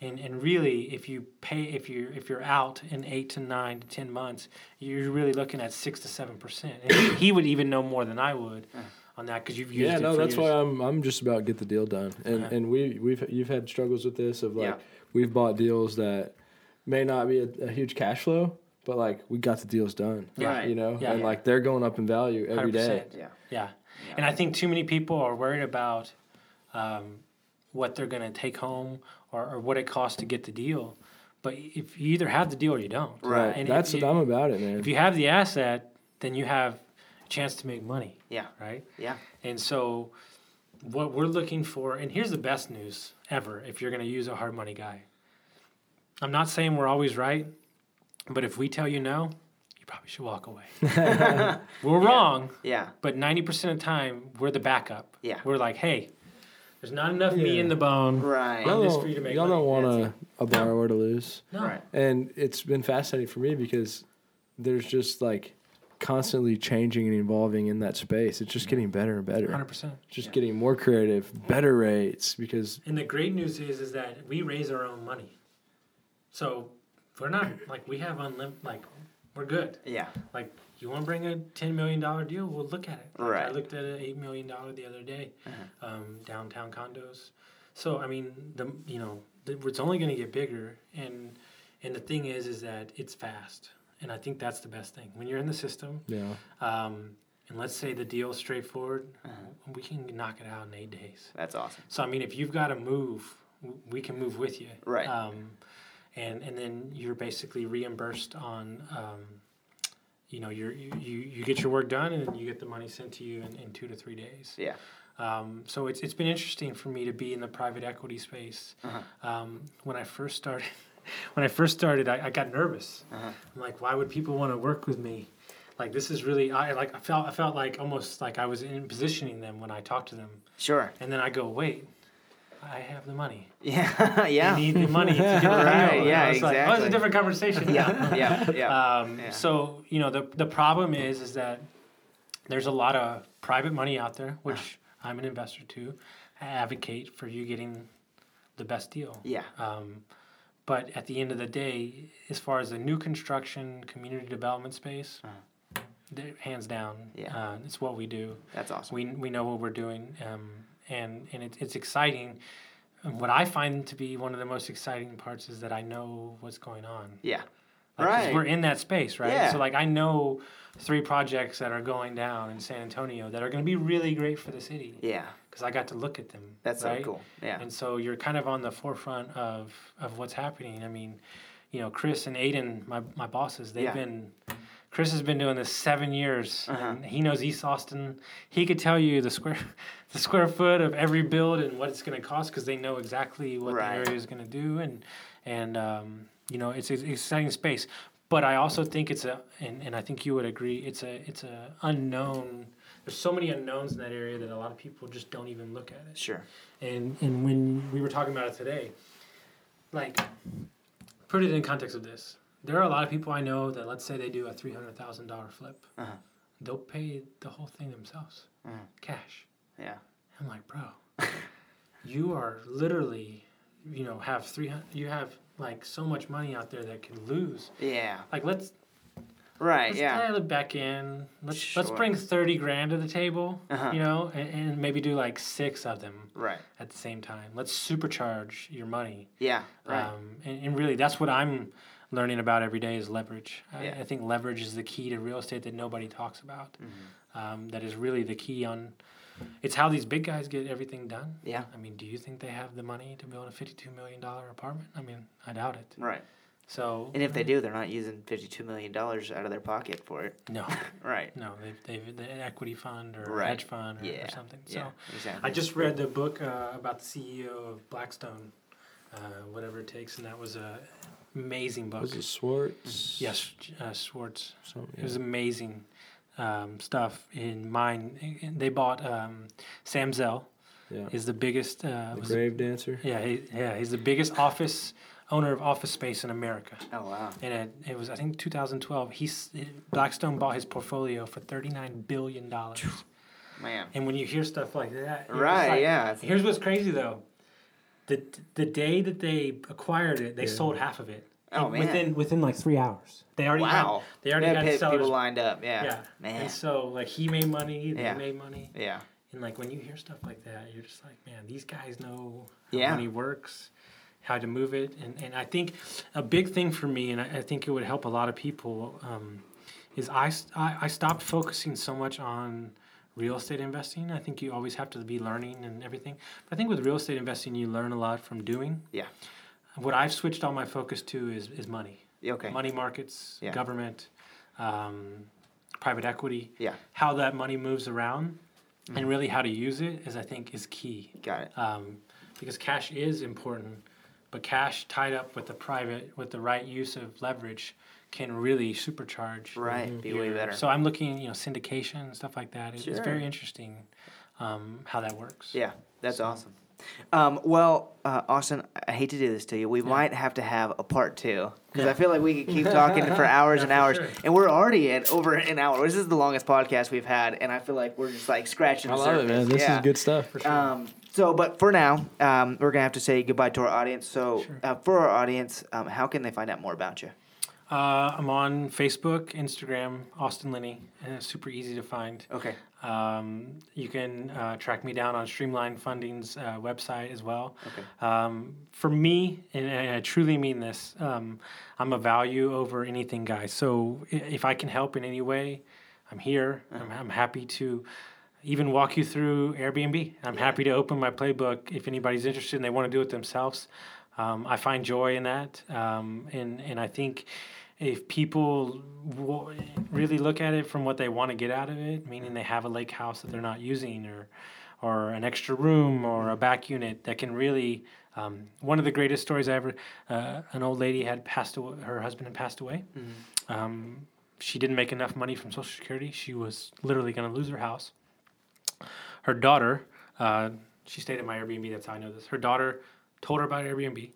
Speaker 6: and and really if you pay if you if you're out in 8 to 9 to 10 months you're really looking at 6 to 7% and he- he would even know more than I would on that cuz you've used
Speaker 3: Yeah,
Speaker 6: it
Speaker 3: no,
Speaker 6: for
Speaker 3: that's
Speaker 6: years.
Speaker 3: why I'm I'm just about get the deal done, and
Speaker 6: Uh-huh.
Speaker 3: and we we've you've had struggles with this of like
Speaker 7: Yeah.
Speaker 3: we've bought deals that may not be a, a huge cash flow, but like we got the deals done,
Speaker 6: Yeah.
Speaker 7: Right.
Speaker 3: You know,
Speaker 6: Yeah.
Speaker 3: and like they're going up in value every day.
Speaker 6: 100%.
Speaker 7: Yeah.
Speaker 6: Yeah. And I think too many people are worried about um, what they're going to take home or, or what it costs to get the deal. But if you either have the deal or you don't.
Speaker 7: Right.
Speaker 6: And if
Speaker 3: that's
Speaker 6: you-
Speaker 3: what I'm about it, man.
Speaker 6: if you have the asset, then you have a chance to make money,
Speaker 7: Yeah.
Speaker 6: right?
Speaker 7: Yeah.
Speaker 6: And so, what we're looking for, and here's the best news ever if you're going to use a hard money guy. I'm not saying we're always right, but if we tell you no, you probably should walk away. we're wrong,
Speaker 7: Yeah.
Speaker 6: but 90% of the time, we're the backup.
Speaker 7: Yeah.
Speaker 6: We're like, hey, there's not enough meat in the bone.
Speaker 7: Right.
Speaker 6: Well,
Speaker 3: y'all
Speaker 6: this for
Speaker 3: don't,
Speaker 6: you to make
Speaker 3: y'all don't
Speaker 6: money.
Speaker 3: want a, a borrower to lose,
Speaker 6: No.
Speaker 7: Right.
Speaker 3: and it's been fascinating for me because there's just like constantly changing and evolving in that space. It's just getting better and better.
Speaker 6: 100%.
Speaker 3: Just getting more creative, better rates because
Speaker 6: And the great news is, is that we raise our own money. So we're not like we have unlimited, like we're good.
Speaker 7: Yeah.
Speaker 6: Like you want to bring a ten million dollar deal, we'll look at it. Like, I
Speaker 7: Right.
Speaker 6: looked at an eight million dollar the other day, um, downtown condos. So I mean, the you know, the, it's only going to get bigger, and and the thing is, is that it's fast. and I think that's the best thing. When you're in the system,
Speaker 3: Yeah.
Speaker 6: um, and let's say the deal's straightforward, we can knock it out in eight days.
Speaker 7: That's awesome.
Speaker 6: So I mean, if you've got to move, w- we can move with you.
Speaker 7: Right.
Speaker 6: Um, and and then you're basically reimbursed on, um, you know, you're, you you you get your work done and then you get the money sent to you in, in two to three days.
Speaker 7: Yeah.
Speaker 6: Um, so it's it's been interesting for me to be in the private equity space.
Speaker 7: Uh-huh.
Speaker 6: Um, when I first started, when I first started, I, I got nervous.
Speaker 7: Uh-huh.
Speaker 6: I'm like, why would people want to work with me? Like this is really I like I felt I felt like almost like I was in positioning them when I talked to them.
Speaker 7: Sure.
Speaker 6: And then I go, wait, I have the money.
Speaker 7: Yeah. yeah.
Speaker 6: I need the money to get a
Speaker 7: Right,
Speaker 6: deal. And
Speaker 7: yeah,
Speaker 6: I was Like, oh, it's
Speaker 7: exactly.
Speaker 6: a different conversation.
Speaker 7: yeah. Yeah. Yeah.
Speaker 6: Um,
Speaker 7: Yeah.
Speaker 6: So you know the the problem is is that there's a lot of private money out
Speaker 7: Uh-huh.
Speaker 6: there, which I'm an investor too. I advocate for you getting the best deal.
Speaker 7: yeah.
Speaker 6: Um, but at the end of the day, as far as the new construction community development space, they're- hands down,
Speaker 7: Uh-huh. Yeah.
Speaker 6: uh, it's what we do.
Speaker 7: That's awesome.
Speaker 6: We, we know what we're doing, um, and and it, it's exciting. And what I find to be one of the most exciting parts is that I know what's going on.
Speaker 7: Yeah.
Speaker 6: Like, 'cause
Speaker 7: Right.
Speaker 6: We're in that space, right?
Speaker 7: Yeah.
Speaker 6: So like I know three projects that are going down in San Antonio that are going to be really great for the city
Speaker 7: Yeah.
Speaker 6: because I got to look at them.
Speaker 7: That's so
Speaker 6: right?
Speaker 7: cool. Yeah.
Speaker 6: And so you're kind of on the forefront of of what's happening. I mean, you know, Chris and Aiden, my my bosses, they've
Speaker 7: Yeah. Uh-huh.
Speaker 6: been. Chris has been doing this seven years, and he knows East Austin. He could tell you the square, the square foot of every build and what it's going to cost because they know exactly what
Speaker 7: Right.
Speaker 6: the area is going to do, and and um, you know it's, it's an exciting space. But I also think it's a, and, and I think you would agree, it's a it's a unknown. There's so many unknowns in that area that a lot of people just don't even look at it
Speaker 7: Sure.
Speaker 6: and and when we were talking about it today, like put it in context of this. There are a lot of people I know that let's say they do a three hundred thousand dollar flip,
Speaker 7: Uh-huh.
Speaker 6: they'll pay the whole thing themselves,
Speaker 7: Mm-hmm.
Speaker 6: cash.
Speaker 7: Yeah.
Speaker 6: I'm like, bro, you are literally, you know, have three hundred. You have like so much money out there that could lose.
Speaker 7: Yeah.
Speaker 6: Like let's
Speaker 7: Right.
Speaker 6: let's
Speaker 7: Uh, Yeah.
Speaker 6: dial it back in. Let's let's
Speaker 7: Sure. Uh-huh.
Speaker 6: bring thirty grand to the table, you know, and, and maybe do like six of them
Speaker 7: Right.
Speaker 6: at the same time. Let's supercharge your money.
Speaker 7: Yeah. Right.
Speaker 6: Um, and, and really, that's what I'm learning about every day is leverage.
Speaker 7: Yeah.
Speaker 6: I, I think leverage is the key to real estate that nobody talks about.
Speaker 7: Mm-hmm.
Speaker 6: Um, that is really the key on. It's how these big guys get everything done.
Speaker 7: Yeah.
Speaker 6: I mean, do you think they have the money to build a fifty-two million dollar apartment? I mean, I doubt it.
Speaker 7: Right.
Speaker 6: So
Speaker 7: And if they do, they're not using fifty-two million dollars out of their pocket for it.
Speaker 6: no,
Speaker 7: Right.
Speaker 6: no, they've they've the equity fund or
Speaker 7: Right.
Speaker 6: hedge fund or, or
Speaker 7: Yeah.
Speaker 6: something. So.
Speaker 7: Yeah. Exactly.
Speaker 6: I just read the book uh, about the CEO of Blackstone, uh, whatever it takes, and that was a amazing book.
Speaker 3: Was it Swartz?
Speaker 6: Yes, uh, Schwartz.
Speaker 3: So,
Speaker 6: It was
Speaker 3: yeah.
Speaker 6: amazing um, stuff. In mine, and they bought um, Sam Zell
Speaker 3: yeah.
Speaker 6: is the biggest. Uh,
Speaker 3: the
Speaker 6: was-
Speaker 3: Grave Dancer.
Speaker 6: yeah, he, yeah, he's the biggest office owner of office space in America.
Speaker 7: Oh wow.
Speaker 6: And it, it was I think 2012. He s- Blackstone bought his portfolio for 39 billion dollars.
Speaker 7: Man.
Speaker 6: And when you hear stuff like that, you're just
Speaker 7: Right,
Speaker 6: like-
Speaker 7: yeah, it's-
Speaker 6: Here's what's crazy though. The the day that they acquired it, they sold half of it.
Speaker 7: Oh, man.
Speaker 6: Within within like three hours, they already
Speaker 7: Wow.
Speaker 6: had they already
Speaker 7: had
Speaker 6: had
Speaker 7: people
Speaker 6: sellers.
Speaker 7: lined up. Yeah.
Speaker 6: yeah,
Speaker 7: Man.
Speaker 6: And so like he made money, they
Speaker 7: Yeah.
Speaker 6: made money,
Speaker 7: Yeah.
Speaker 6: and like when you hear stuff like that, you're just like, man, these guys know how
Speaker 7: Yeah.
Speaker 6: money works, how to move it, and and I think a big thing for me, and I, I think it would help a lot of people, um, is I, s- I I stopped focusing so much on real estate investing. I think you always have to be learning and everything. But I think with real estate investing, you learn a lot from doing.
Speaker 7: Yeah.
Speaker 6: What I've switched all my focus to is is money,
Speaker 7: Yeah, Okay.
Speaker 6: money markets,
Speaker 7: Yeah.
Speaker 6: government, um, private equity
Speaker 7: Yeah. Mm-hmm.
Speaker 6: how that money moves around and really how to use it is I think is key.
Speaker 7: Got it.
Speaker 6: Um, because cash is important, but cash tied up with the private with the right use of leverage can really supercharge.
Speaker 7: Right. Be way
Speaker 6: your-
Speaker 7: better.
Speaker 6: So I'm looking, you know, syndication and stuff like that. It- It's
Speaker 7: Sure.
Speaker 6: very interesting um, how that works.
Speaker 7: Yeah, that's awesome. Um, well, uh, Austin, I hate to do this to you. We might have to have a part two because I feel like we could keep talking for hours and hours,
Speaker 6: sure.
Speaker 7: and we're already at over an hour. This is the longest podcast we've had, and I feel like we're just like scratching.
Speaker 3: I
Speaker 7: the
Speaker 3: love it,
Speaker 7: surface.
Speaker 3: man. This
Speaker 7: Yeah.
Speaker 3: is good stuff.
Speaker 7: Um, so, but for now, um, we're gonna have to say goodbye to our audience. So, uh, for our audience, um, how can they find out more about you?
Speaker 6: Uh, I'm on Facebook, Instagram, Austin Linney, and it's super easy to find.
Speaker 7: Okay.
Speaker 6: Um, you can uh, track me down on Streamline Funding's uh, website as well. Okay. Um, for me, and, and I truly mean this, um, I'm a value over anything guy. So i- if I can help in any way, I'm here. I'm, I'm happy to even walk you through Airbnb. I'm happy to open my playbook if anybody's interested and they want to do it themselves. Um, I find joy in that, um, and and I think if people w- really look at it from what they want to get out of it, meaning they have a lake house that they're not using, or or an extra room or a back unit that can really. Um, one of the greatest stories I ever, uh, an old lady had passed away. Her husband had passed away. Um, she didn't make enough money from Social Security. She was literally going to lose her house her daughter, uh, she stayed at my Airbnb. That's how I know this. Her daughter told her about Airbnb.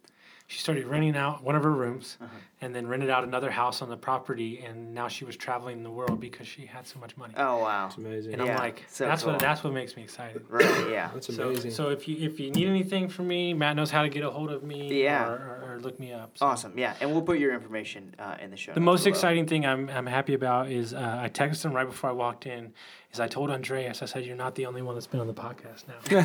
Speaker 6: She started renting out one of her rooms
Speaker 7: Uh-huh.
Speaker 6: and then rented out another house on the property. And now she was traveling the world because she had so much money.
Speaker 7: Oh wow.
Speaker 3: Amazing.
Speaker 6: and I'm
Speaker 7: yeah,
Speaker 6: like,
Speaker 7: so
Speaker 6: that's
Speaker 7: cool.
Speaker 6: what that's what makes me excited.
Speaker 7: Right. Yeah.
Speaker 3: That's
Speaker 6: So,
Speaker 3: amazing.
Speaker 6: so if you if you need anything from me, Matt knows how to get a hold of me.
Speaker 7: Yeah.
Speaker 6: Or, or, or look me up. So
Speaker 7: Awesome. Yeah. And we'll put your information uh, in the show.
Speaker 6: The
Speaker 7: notes
Speaker 6: most
Speaker 7: below.
Speaker 6: exciting thing I'm, I'm happy about is uh, I texted him right before I walked in. Is I told Andreas I said you're not the only one that's been on the podcast now.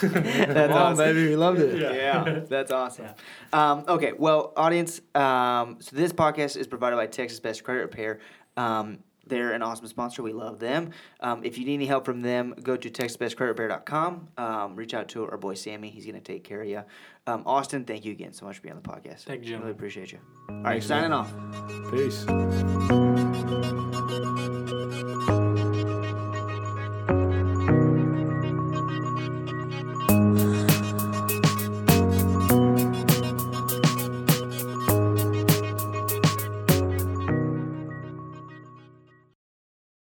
Speaker 7: That's
Speaker 3: Wow,
Speaker 7: awesome.
Speaker 3: baby, we loved it.
Speaker 7: yeah, that's awesome. Um, okay, well, audience, um, so this podcast is provided by Texas Best Credit Repair. Um, they're an awesome sponsor. We love them. Um, if you need any help from them, go to TexasBestCreditRepair.com. Um, reach out to our boy Sammy. He's going to take care of you. Um, Austin, thank you again so much for being on the podcast.
Speaker 6: Thank you, gentlemen.
Speaker 7: Really appreciate you. All right, signing off.
Speaker 3: Peace.